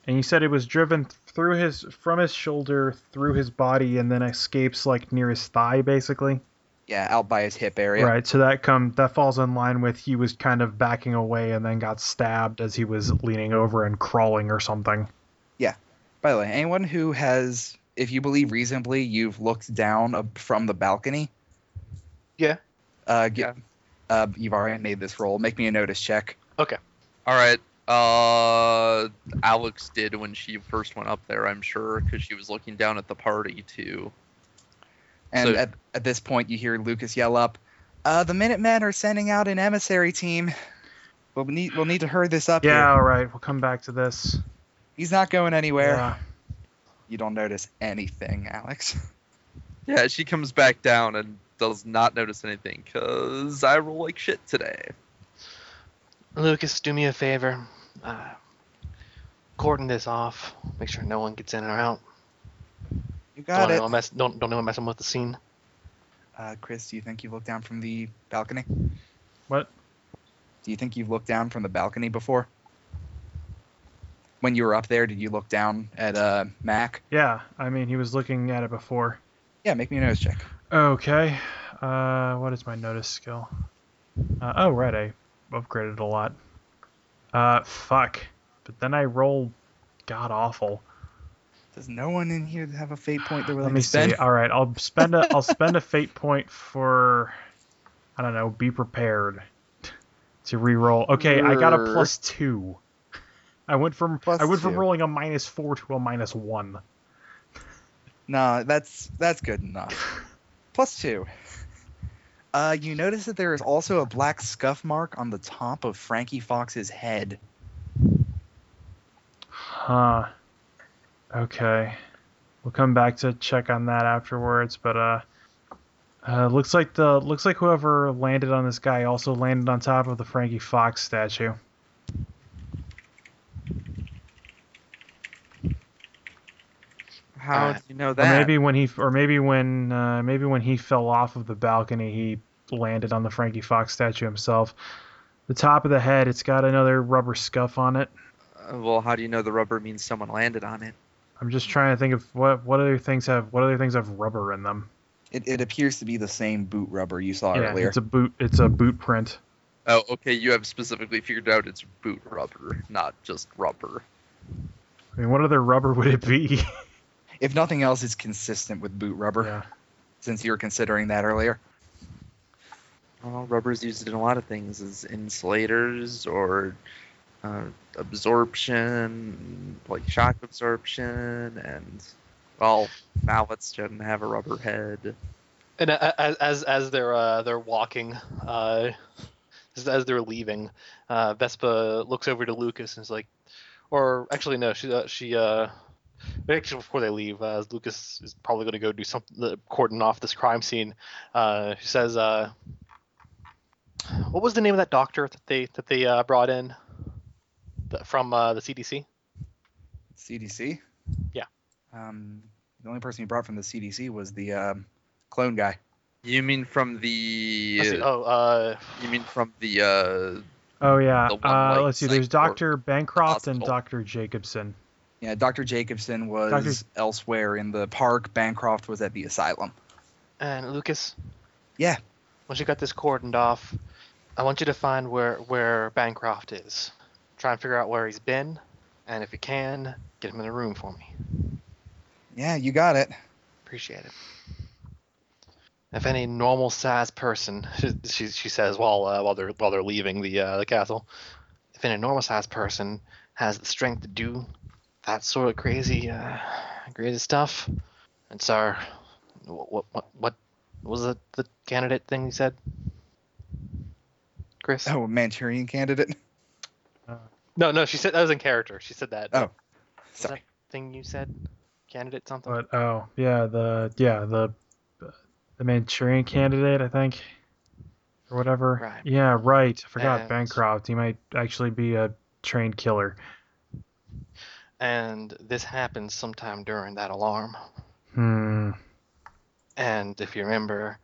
And you said it was driven th- through his from his shoulder through his body and then escapes like near his thigh, basically.
Yeah, out by his hip area.
Right. So that come that falls in line with he was kind of backing away and then got stabbed as he was leaning over and crawling or something.
By the way, anyone who has, if you believe reasonably, you've looked down up from the balcony.
Yeah.
Uh, g-
Yeah.
uh, you've already made this roll. Make me a notice check.
All right. Uh, Alex did when she first went up there, I'm sure, because she was looking down at the party too.
And
So-
at, at this point, you hear Lucas yell up, uh, "The Minutemen are sending out an emissary team. We'll need we'll need to hurry this up.
Yeah.
here.
All right. We'll come back to this.
he's not going anywhere.
Yeah.
You don't notice anything, Alex.
Yeah, she comes back down and does not notice anything because I roll like shit today.
Lucas, do me a favor. Uh, cordon this off. Make sure no one gets in or out.
You got
don't,
it.
Anyone mess, don't, don't anyone mess with the scene.
Uh, Chris, do you think you've looked down from the balcony?
What?
Do you think you've looked down from the balcony before? When you were up there, did you look down at uh, Mac?
Yeah. I mean, he was looking at it before.
Yeah, make me a notice check.
Okay. Uh, what is my notice skill? Uh, oh, right. I upgraded a lot. Uh, fuck. But then I roll god awful.
Does no one in here have a fate point they're
Let
willing
me
to spend?
see. All right, I'll spend a I'll spend a fate point for I don't know. Be prepared to reroll. Okay, I got a
Grr.
plus two. I went from
Plus
I went from
two.
rolling a minus four to a minus one.
No, that's that's good enough. Plus two. Uh, you notice that there is also a black scuff mark on the top of Frankie Fox's head.
Huh. Okay. We'll come back to check on that afterwards, but uh, uh looks like the looks like whoever landed on this guy also landed on top of the Frankie Fox statue.
How
Uh,
Alright.
do you know
Or
that?
maybe when he, or maybe when, uh, maybe when he fell off of the balcony, he landed on the Frankie Fox statue himself. The top of the head, it's got another rubber scuff on it.
Uh, Well, how do you know the rubber means someone landed on it?
I'm just trying to think of what what other things have what other things have rubber in them.
It, it appears to be the same boot rubber you saw
yeah,
earlier.
it's a boot. It's a boot print.
Oh, okay. You have specifically figured out it's boot rubber, not just rubber.
I mean, what other rubber would it be?
If nothing else, it's consistent with boot rubber,
yeah.
since you were considering that earlier.
Well, rubber's used in a lot of things as insulators or uh, absorption, like shock absorption, and well, mallets shouldn't have a rubber head.
And a- a- as as they're uh, they're walking, uh, as, as they're leaving, uh, Vespa looks over to Lucas and is like, or actually no, she uh, she uh, actually before they leave, uh, Lucas is probably going to go do something, cordon off this crime scene. Uh, she says, uh, "What was the name of that doctor that they that they uh, brought in Th- from uh, the CDC?"
CDC.
Yeah.
Um, the only person you brought from the CDC was the um, clone guy.
You mean from the?
I see- Oh, uh,
You mean from the? Uh,
Oh yeah.
The one,
Uh,
like,
let's see. There's
psych ward
Doctor Bancroft and
hospital.
Doctor Jacobson.
Yeah, Dr. Jacobson was elsewhere in the park. Bancroft was at the asylum.
and Lucas.
Yeah.
Once you got this cordoned off, I want you to find where where Bancroft is. Try and figure out where he's been, and if you can, get him in a room for me.
Yeah, you got it.
Appreciate it. If any normal sized person, she, she says while uh, while they're while they're leaving the uh, the castle, if any normal sized person has the strength to do that sort of crazy uh, crazy stuff, and sir, what what what, what was the, the candidate thing you said, Chris?
Oh, Manchurian candidate.
No, no, she said that was in character. She said that.
Oh,
What was
sorry.
that thing you said, candidate something.
But oh yeah, the yeah the the Manchurian candidate, I think, or whatever.
Right.
Yeah, right. I forgot
And-
Bancroft. He might actually be a trained killer.
And this happens sometime during that alarm.
Hmm.
And if you remember,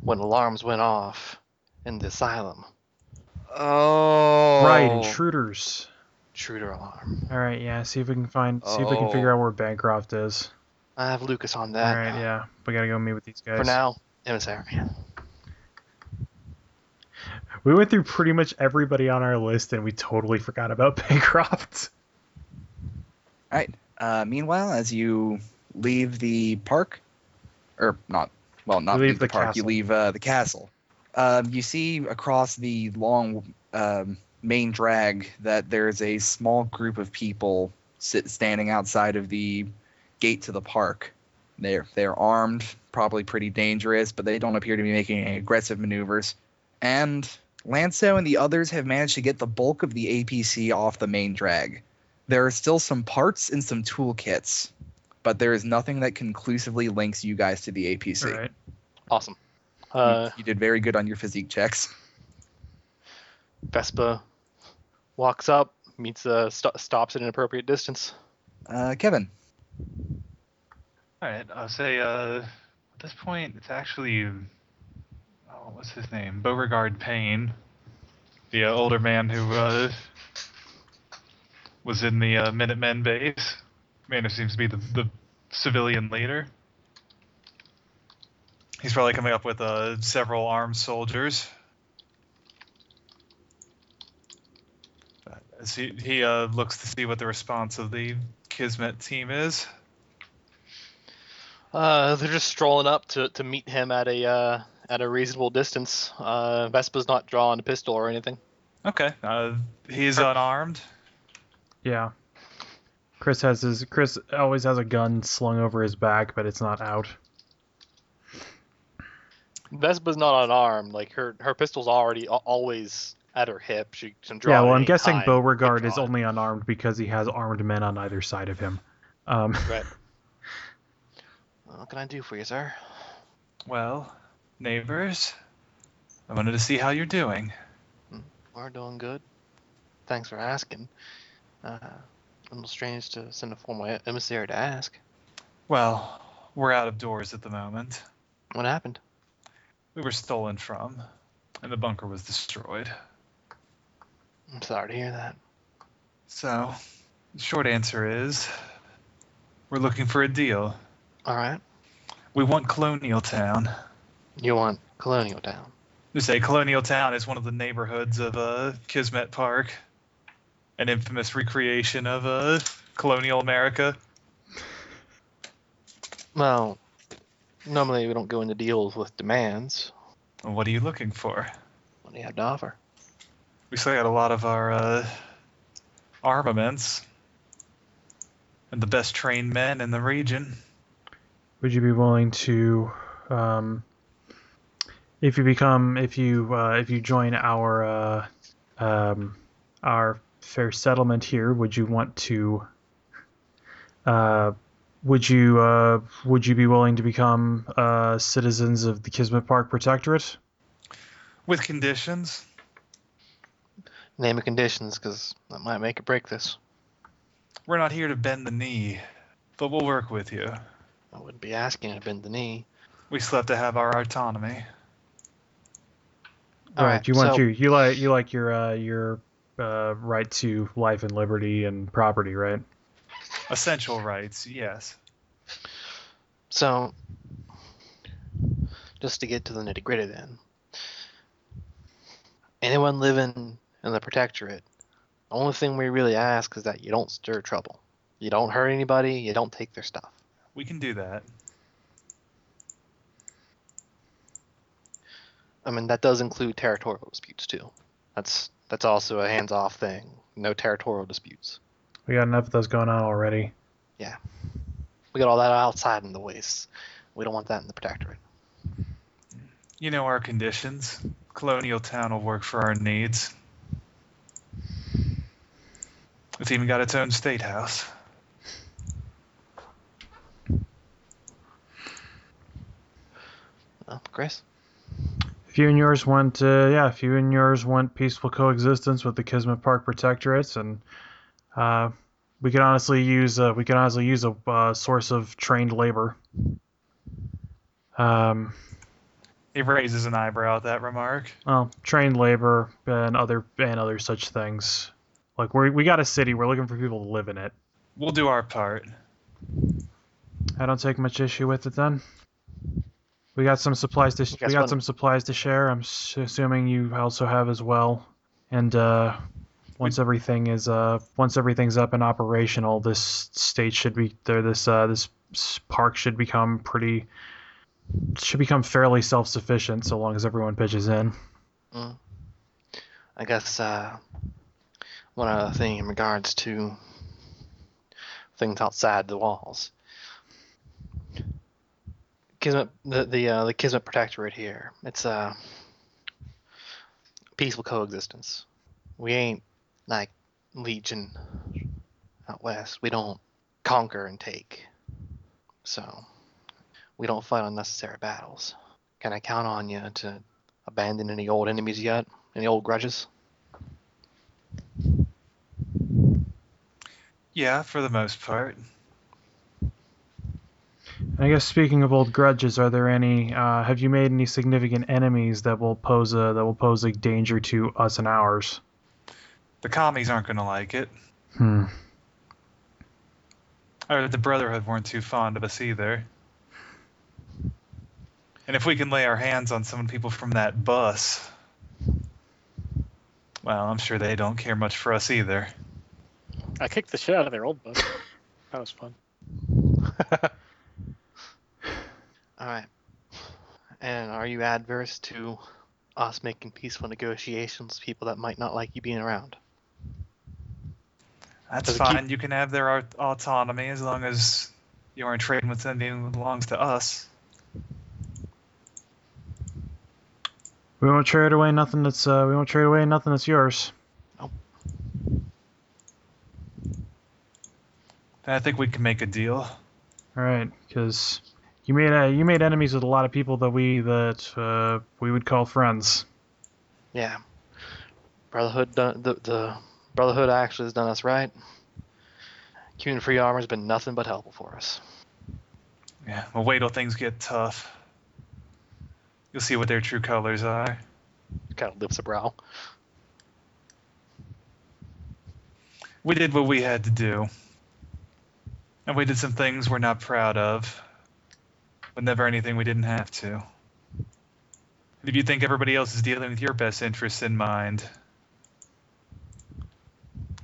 when alarms went off in the asylum,
oh.
Right. Intruders.
intruder alarm.
All right. Yeah. See if we can find. See if we can figure
Oh.
out where Bancroft is.
I have Lucas on
All
that.
right. Yeah. We gotta go meet with these guys.
Uh, For now, emissary.
We went through pretty much everybody on our list, and we totally forgot about Bancroft.
All right. Uh, meanwhile, as you leave the park, or not, well, not
You
leave,
leave
the,
the
park. You
castle.
leave uh, the castle. Um, you see across the long um, main drag that there's a small group of people sit standing outside of the gate to the park. They're they're armed, probably pretty dangerous, but they don't appear to be making any aggressive maneuvers. And Lanso and the others have managed to get the bulk of the APC off the main drag. There are still some parts and some toolkits, but there is nothing that conclusively links you guys to the APC.
All right.
Awesome.
You-
Uh,
you did very good on your physique checks.
Vespa walks up, meets, uh, st- stops at an appropriate distance.
Uh, Kevin,
All right, I'll say uh, at this point it's actually oh, what's his name? Beauregard Payne, the uh, older man who uh, was in the uh, Minutemen base. Man who seems to be the, the civilian leader. He's probably coming up with uh, several armed soldiers. Uh, As he he uh, looks to see what the response of the Kismet team is.
Uh, they're just strolling up to, to meet him at a uh, at a reasonable distance. Uh, Vespa's not drawing a pistol or anything.
Okay. Uh, he is unarmed.
Yeah. Chris has his Chris always has a gun slung over his back, but it's not out.
Vespa's not unarmed. Like her her pistol's already al- always at her hip. She can draw.
Yeah,
it
well,
at
I'm
any
guessing
time.
Beauregard is
Draw it.
only unarmed because he has armed men on either side of him. Um,
What can I do for you, sir?
Well, neighbors, I wanted to see how you're doing.
We're doing good. Thanks for asking. Uh, A little strange to send a formal emissary to ask.
Well, we're out of doors at the moment.
What happened?
We were stolen from, and the bunker was destroyed.
I'm sorry to hear that.
So, the short answer is we're looking for a deal.
All right.
We want Colonial Town.
You want Colonial Town?
You say Colonial Town is one of the neighborhoods of uh, Kismet Park, an infamous recreation of uh, colonial America.
Well, normally we don't go into deals with demands.
And what are you looking for?
What do you have to offer?
We still got a lot of our uh, armaments and the best trained men in the region.
Would you be willing to, um, if you become, if you, uh, if you join our, uh, um, our fair settlement here, would you want to, uh, would you, uh, would you be willing to become uh, citizens of the Kismet Park Protectorate?
With conditions,
Name and conditions, because that might make or break this.
we're not here to bend the knee, but we'll work with you.
I wouldn't be asking to bend the knee.
We still have to have our autonomy.
All
right,
right,
You want
so-
you you like you like your uh, your uh, right to life and liberty and property, right?
Essential rights, yes.
So, just to get to the nitty gritty, then. Anyone living in the protectorate, the only thing we really ask is that you don't stir trouble. You don't hurt anybody. You don't take their stuff.
We can do that.
I mean, that does include territorial disputes too. That's that's also a hands-off thing. No territorial disputes.
We got enough of those going on already.
We got all that outside in the wastes. We don't want that in the protectorate.
You know our conditions. Colonial Town will work for our needs. It's even got its own state house.
Well, Chris,
If you and yours want, uh, yeah, if you and yours want peaceful coexistence with the Kismet Park Protectorates, and uh, we can honestly use uh, we can honestly use a uh, source of trained labor. Um,
He raises an eyebrow at that remark.
well, trained labor and other and other such things. Like we we got a city, we're looking for people to live in it.
We'll do our part.
I don't take much issue with it then. We got some supplies to sh- we
Guess
got
what?
some supplies to share. I'm s- assuming you also have as well. And uh, once everything is uh, once everything's up and operational, this state should be there. This uh, this s- park should become pretty should become fairly self sufficient so long as everyone pitches in.
I guess uh, one other thing in regards to things outside the walls. Kismet, the the uh, the Kismet Protectorate here. It's uh, peaceful coexistence. We ain't like Legion out west. We don't conquer and take. So we don't fight unnecessary battles. Can I count on you to abandon any old enemies yet? Any old grudges?
Yeah, for the most part.
I guess speaking of old grudges, are there any? Uh, have you made any significant enemies that will pose a that will pose a danger to us and ours?
The commies aren't going to like it.
Hmm.
Or the Brotherhood weren't too fond of us either. And if we can lay our hands on some people from that bus, well, I'm sure they don't care much for us either.
I kicked the shit out of their old bus. that was fun.
All right. And are you adverse to us making peaceful negotiations with people that might not like you being around?
That's
Does it keep-
fine. You can have their aut- autonomy as long as you aren't trading with anything that belongs to us.
We won't trade away nothing that's uh, we won't trade away nothing that's yours.
Then I think we can make a deal.
All right, because you made uh, you made enemies with a lot of people that we that uh, we would call friends.
Yeah. Brotherhood done the the Brotherhood actually has done us right. Human free armor has been nothing but helpful for us.
Yeah, well, wait till things get tough. You'll see what their true colors are.
Kind of lifts a brow.
We did what we had to do. And we did some things we're not proud of, but never anything we didn't have to. And if you think everybody else is dealing with your best interests in mind,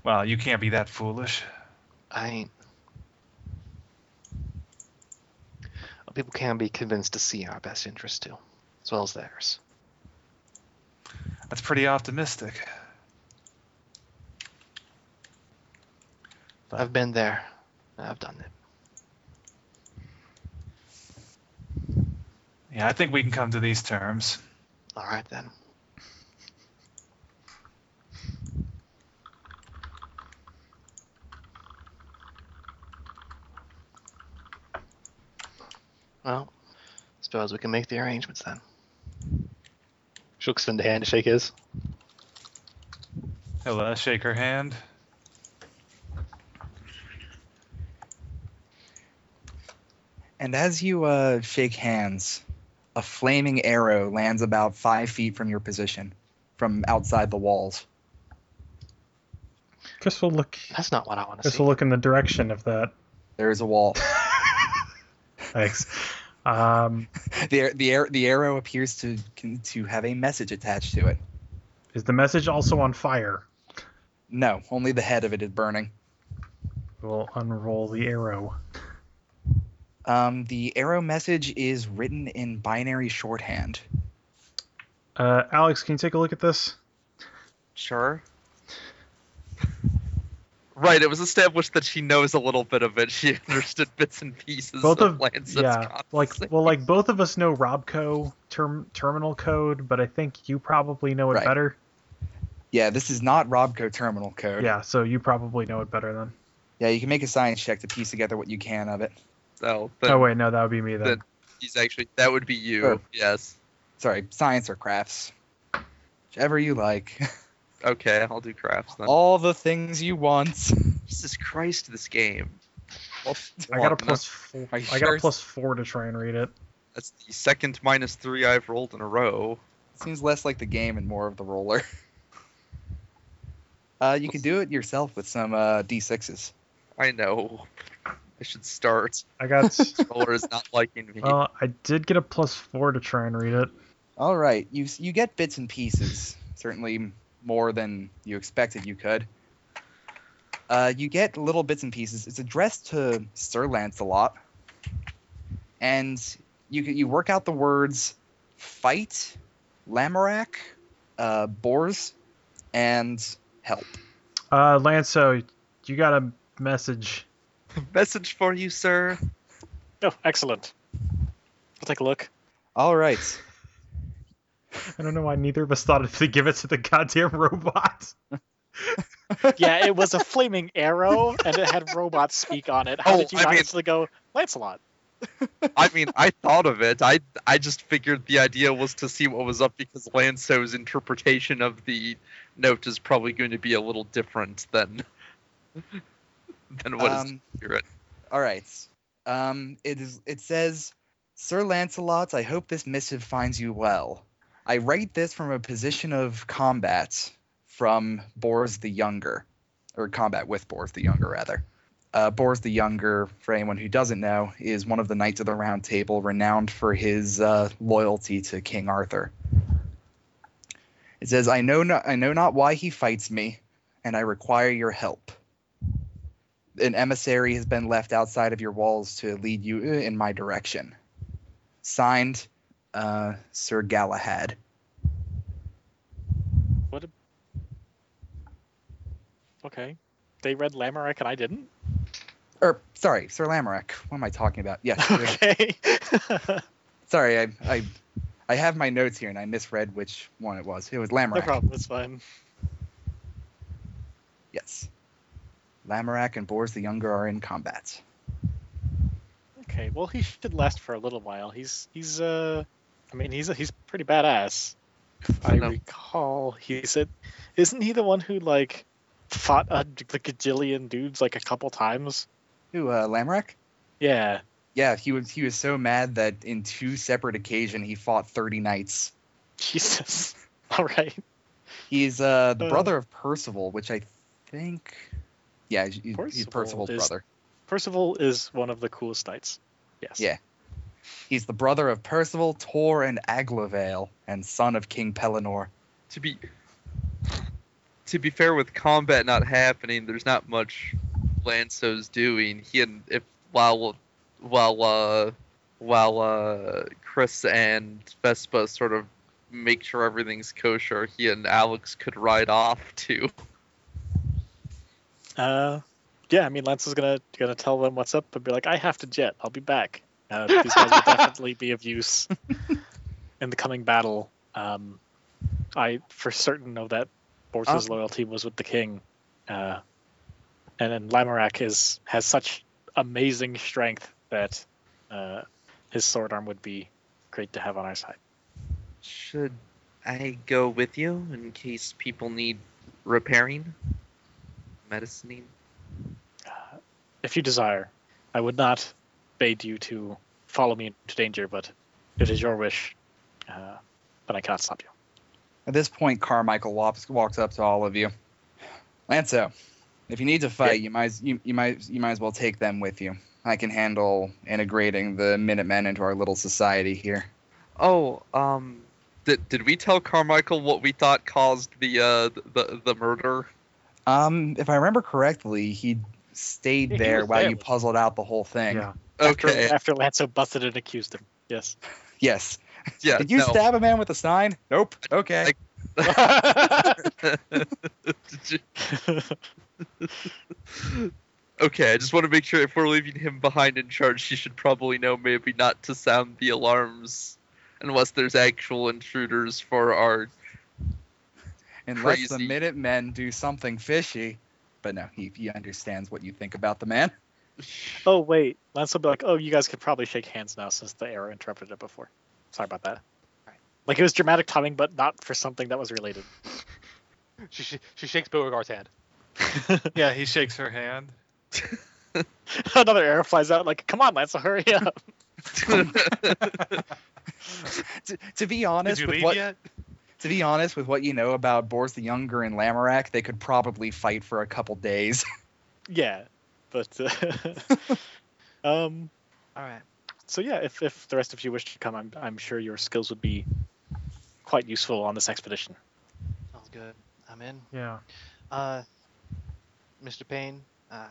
well, you can't be that foolish.
I ain't. People can be convinced to see our best interest too, as well as theirs.
That's pretty optimistic.
I've been there. I've done it.
Yeah, I think we can come to these terms.
All right then. Well, suppose we can make the arrangements then.
She'll extend a hand to shake his.
He'll uh, shake her hand.
And as you uh, shake hands, a flaming arrow lands about five feet from your position, from outside the walls.
Chris will look.
That's not what I want to
Chris
see.
will look in the direction of that.
There is a wall.
Thanks. Um,
the the ar- the arrow appears to con- to have a message attached to it.
is the message also on fire?
No, only the head of it is burning.
We'll unroll the arrow.
Um, the arrow message is written in binary shorthand.
Uh, Alex, can you take a look at this?
Sure.
Right, it was established that she knows a little bit of it. She understood bits and pieces
Both
of,
of-
Lancet's
yeah, like
conversation.
well, like both of us know Robco term terminal code, but I think you probably know it
Right.
better.
Yeah, this is not Robco terminal code.
Yeah, so you probably know it better then.
Yeah, you can make a science check to piece together what you can of it.
So then
oh wait, no, that would be me then.
then- he's actually that would be you.
Sure.
Yes.
Sorry, science or crafts. Whichever you like.
Okay, I'll do crafts then.
All the things you want.
Oh, Jesus Christ, this game.
I got a
Well,
plus four.
Are
I
you
got
sure?
a plus four to try and read it.
That's the second minus three I've rolled in a row.
Seems less like the game and more of the roller. Uh, you can do it yourself with some uh, d6s.
I know. I should start.
I got.
Roller is not liking me.
well, I did get a plus four to try and read it.
All right, you you get bits and pieces, certainly more than you expected you could. Uh, you get little bits and pieces. It's addressed to Sir Lancelot, and you can- you work out the words fight, Lamorak, uh, Boars, and help.
Uh, Lanso, you got a message.
Message for you, sir.
Oh, excellent. I'll take a look.
All right.
I don't know why neither of us thought to give it to the goddamn robot.
Yeah, it was a flaming arrow, and it had robot speak on it. How
Oh,
did you
I
not
mean-
instantly go, Lancelot?
I mean, I thought of it. I I just figured the idea was to see what was up because Lanso's interpretation of the note is probably going to be a little different than than what is
Um,
accurate.
All right. Um, it is. It says, "Sir Lancelot, I hope this missive finds you well. I write this from a position of combat from Bors the Younger, or combat with Bors the Younger, rather. Uh, Bors the Younger, for anyone who doesn't know, is one of the Knights of the Round Table, renowned for his uh, loyalty to King Arthur. It says, "I know not. I know not why he fights me, and I require your help." an emissary has been left outside of your walls to lead you uh, in my direction. Signed, uh, Sir Galahad.
Okay. They read Lamorak and I didn't?
Or sorry, Sir Lamorak. What am I talking about? Yes. Sir-
Okay.
sorry, I, I I have my notes here and I misread which one it was. It was Lamorak.
no problem. It's fine.
Yes. Lamorak and Bors the Younger are in combat.
Okay. Well, he should last for a little while. He's, he's, uh, I mean, he's, he's pretty badass. If I
I know.
recall, he's it. Isn't he the one who, like, fought a, the gajillion dudes like a couple times.
Who, uh, Lamrek?
Yeah,
Yeah, he was he was so mad that in two separate occasions he fought thirty knights.
Jesus. All right.
He's uh, the
Uh.
brother of Percival, which I think. Yeah, he's, he's he's
Percival
Percival's
is-
brother.
Percival is one of the coolest knights. Yes.
Yeah. He's the brother of Percival, Tor, and Aglovale, and son of King Pellinor.
to be to be fair with combat not happening there's not much lanso's doing he and if while while uh while uh chris and vespa sort of make sure everything's kosher he and alex could ride off too
Uh, yeah. I mean, Lance is gonna gonna tell them what's up and be like, "I have to jet. I'll be back." Uh, these guys will definitely be of use in the coming battle. Um, I for certain know that Borza's loyalty was with the king, uh, and then Lamorak is has such amazing strength that uh, his sword arm would be great to have on our side.
Should I go with you in case people need repairing? Medicining?
if you desire. I would not bade you to follow me into danger, but it is your wish. Uh, but I cannot stop you.
At this point, Carmichael walks, walks up to all of you. Lanzo, if you need to fight, you might as- you, you might you might as well take them with you. I can handle integrating the Minutemen into our little society here.
oh um did, did we tell carmichael what we thought caused the uh the the murder
Um, if I remember correctly, he stayed
Yeah, he
there
was
while
there
you
with-
puzzled out the whole thing.
Yeah.
okay
After, after Lanso busted and accused him. Yes.
Yes.
yeah
Did you
no.
stab a man with a sign? Nope. Okay.
I- Did you- Okay, I just want to make sure if we're leaving him behind in charge, she should probably know maybe not to sound the alarms unless there's actual intruders for our.
Unless the
crazy.
Minutemen do something fishy. But no, he, he understands what you think about the man.
oh wait, Lance will be like, "Oh, you guys could probably shake hands now since the arrow interrupted it before." Sorry about that. Like it was dramatic timing, but not for something that was related.
She, she, she shakes Beauregard's hand.
Yeah, he shakes her hand.
Another arrow flies out. Like, come on, Lance, hurry up!
To, to be honest
Did you
with
leave
what
yet?
to be honest with what you know about Boris the Younger and Lamorak, they could probably fight for a couple days.
yeah, but uh, um,
All right.
so yeah, if, if the rest of you wish to come, I'm, I'm sure your skills would be quite useful on this expedition.
Sounds good. I'm in.
Yeah.
Uh, Mr. Payne, uh,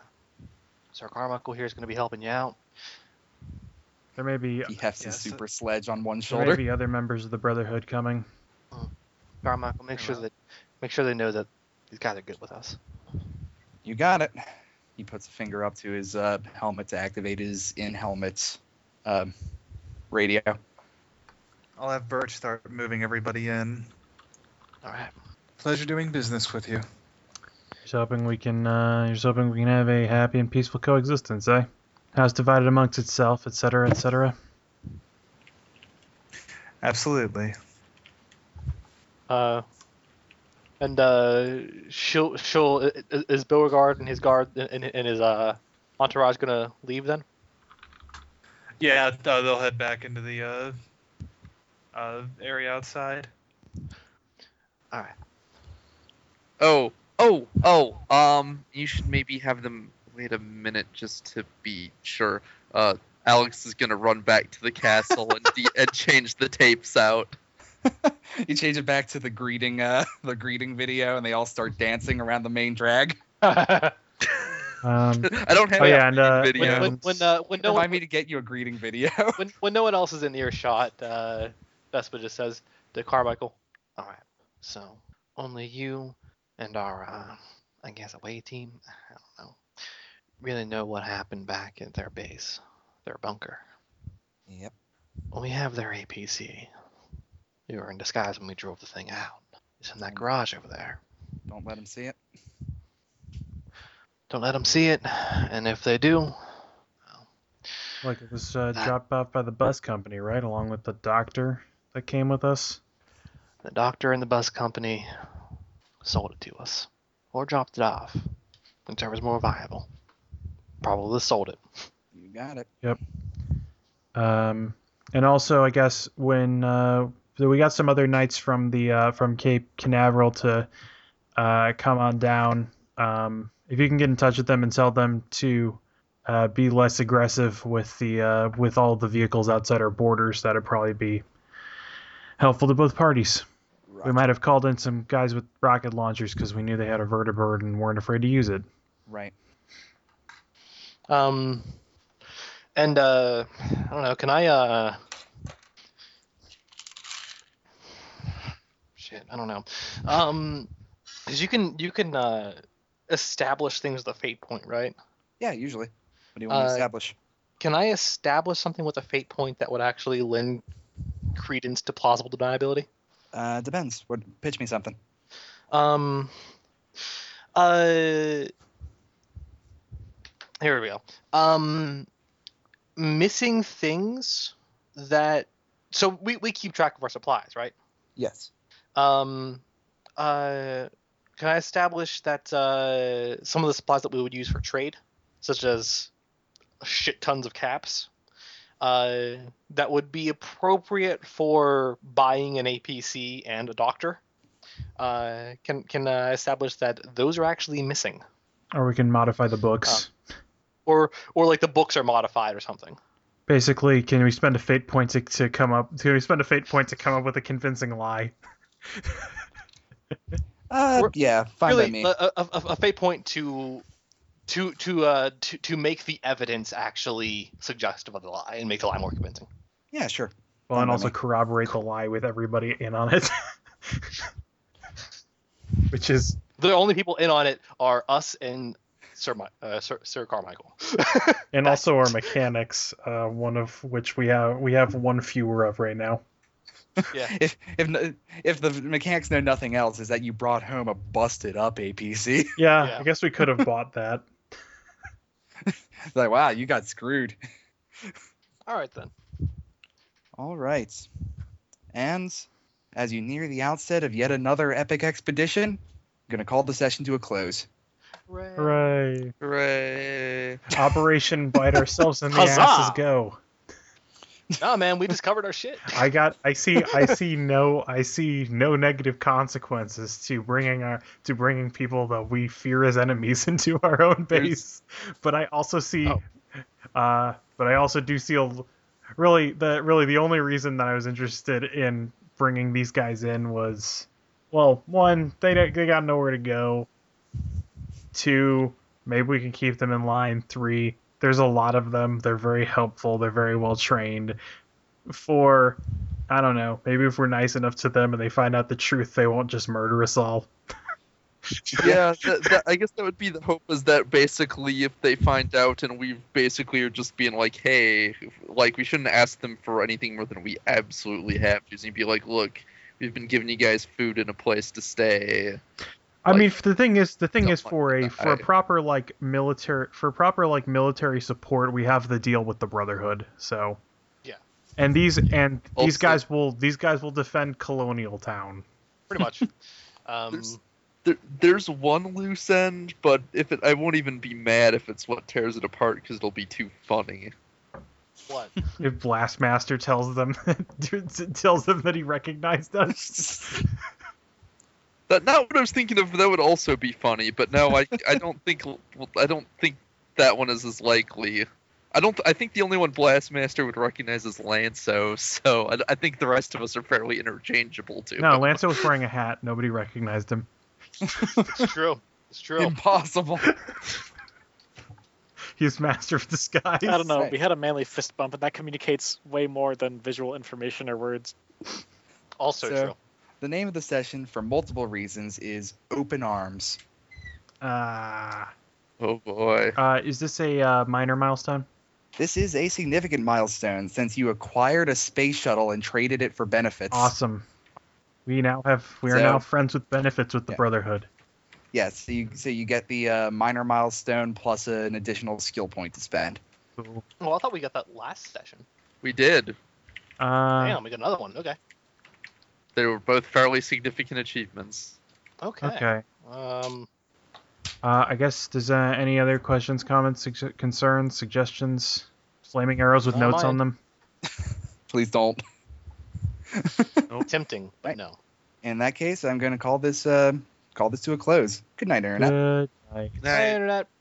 Sir Carmichael here is going to be helping you out.
There may be
he hefts his
Yes.
super sledge on one
there may
shoulder.
be other members of the Brotherhood coming.
Carmichael, make sure that make sure they know that these guys are good with us.
You got it. He puts a finger up to his uh, helmet to activate his in helmet um, radio.
I'll have Birch start moving everybody in.
All right.
Pleasure doing business with you.
Just hoping we can. Uh, just hoping we can have a happy and peaceful coexistence, eh? House divided amongst itself, etc., etc.
Absolutely.
Uh, and uh, she'll she'll i- i- is Beauregard and his guard and, and his uh entourage gonna leave then?
Yeah, uh, they'll head back into the uh, uh, area outside.
All right.
Oh, oh, oh.
Um, you should maybe have them wait a minute just to be sure.
Uh, Alex is gonna run back to the castle and de- and change the tapes out.
You change it back to the greeting, uh, the greeting video, and they all start dancing around the main drag.
Um,
I don't have
oh
a
yeah, and uh,
video.
When when when, uh, when no
Remind
one,
me to get you a greeting video.
when, when no one else is in earshot, uh, Vespa just says to Carmichael, "All right, so only you and our, uh, I guess, away team. I don't know, really know what happened back at their base, their bunker.
Yep.
Well, we have their APC. We were in disguise when we drove the thing out. It's in that garage over there.
Don't let them see it.
Don't let them see it, and if they do,
like it was uh,
That-
dropped off by the bus company, right, along with the doctor that came with us.
the doctor and the bus company sold it to us. or dropped it off, whichever's more viable. Probably sold it.
You got it.
Um, and also, I guess when uh, so we got some other knights from the uh, from Cape Canaveral to uh, come on down. Um, if you can get in touch with them and tell them to uh, be less aggressive with the uh, with all the vehicles outside our borders, that'd probably be helpful to both parties. We
Rocket,
might have called in some guys with rocket launchers because we knew they had a vertibird and weren't afraid to use it.
Right.
Um, and uh, I don't know. Can I? Uh, shit, I don't know. Um, because you can you can uh, establish things with a fate point, right?
Yeah, usually. What do you want
Uh,
to establish?
Can I establish something with a fate point that would actually lend credence to plausible deniability?
Uh, depends. What, pitch me something.
Um. Uh. Here we go. Um, missing things that. So we we keep track of our supplies, right?
Yes.
Um, uh, can I establish that uh, some of the supplies that we would use for trade, such as shit tons of caps, uh, that would be appropriate for buying an APC and a doctor? Uh, can can I establish that those are actually missing,
Or we can modify the
Uh.
books.
or or like the books are modified or something?
Basically, can we spend a fate point to, to come up? Can we spend a fate point to come up with a convincing lie?
Uh,
We're-
yeah, fine by
really
me.
a, a, a, a fate point to to to uh to, to make the evidence actually suggestive of the lie and make the lie more convincing
yeah, sure.
Well, and
Fine by
also
me.
corroborate the lie with everybody in on it. Which is
the only people in on it are us and sir Mi- uh, sir, sir carmichael
and also our mechanics, uh, one of which we have we have one fewer of right now.
If if no- if the mechanics know nothing else, is that you brought home a busted up APC?
Yeah,
Yeah.
I guess we could have bought that.
like, wow, you got screwed.
all right then
All right. And as you near the outset of yet another epic expedition, I'm gonna call the session to a close.
Hooray.
Hooray!
Hooray.
Operation bite ourselves in the
Huzzah!
asses go.
nah man we discovered our shit
I got I see I see no I see no negative consequences to bringing our to bringing people that we fear as enemies into our own base. But I also see
Oh.
uh but I also do see a, really the really the only reason that I was interested in bringing these guys in was well, one, they don't, they got nowhere to go. Two, maybe we can keep them in line. Three, there's a lot of them. They're very helpful. They're very well trained. Four, I don't know. Maybe if we're nice enough to them and they find out the truth, they won't just murder us all.
yeah, that, that, I guess that would be the hope is that basically if they find out and we basically are just being like, hey, like we shouldn't ask them for anything more than we absolutely have to. So you'd be like, look, we've been giving you guys food and a place to stay.
I
Like,
mean, the thing is, the thing is,
something
for a
like that.
for a proper like military for proper like military support, we have the deal with the Brotherhood. So,
Yeah.
and these and
Also-
these guys will these guys will defend Colonial Town.
pretty much um
There's- There, there's one loose end, but if it, I won't even be mad if it's what tears it apart because it'll be too funny.
what
If Blastmaster tells them tells them that he recognized us,
That not what I was thinking of. That would also be funny, but no, I I don't think I don't think that one is as likely. I don't. I think the only one Blastmaster would recognize is Lanso, so I, I think the rest of us are fairly interchangeable too.
no, Lancer was wearing a hat. Nobody recognized him.
it's true it's true
Impossible.
He's master of disguise.
I don't know.
Right.
We had a manly fist bump, and that communicates way more than visual information or words.
also
So-
true
the name of the session, for multiple reasons, is Open Arms.
Uh,
Oh boy.
uh, is this a uh, minor milestone?
This is a significant milestone since you acquired a space shuttle and traded it for benefits.
Awesome. We now have we are
So-
now friends with benefits with the
Yeah.
Brotherhood.
Yes, so you so you get the uh, minor milestone plus an additional skill point to spend.
Cool.
well i thought we got that last session
We did.
Uh,
damn we got another one okay
They were both fairly significant achievements.
okay,
okay.
um
Uh, I guess does uh, any other questions, comments, sug- concerns, suggestions? Flaming arrows with
Not
notes
mine.
on them.
Please don't.
Tempting, but no.
In that case, I'm going to call this uh, call this to a close. Good night, Aaron.
Good night.
Nah,
Internet.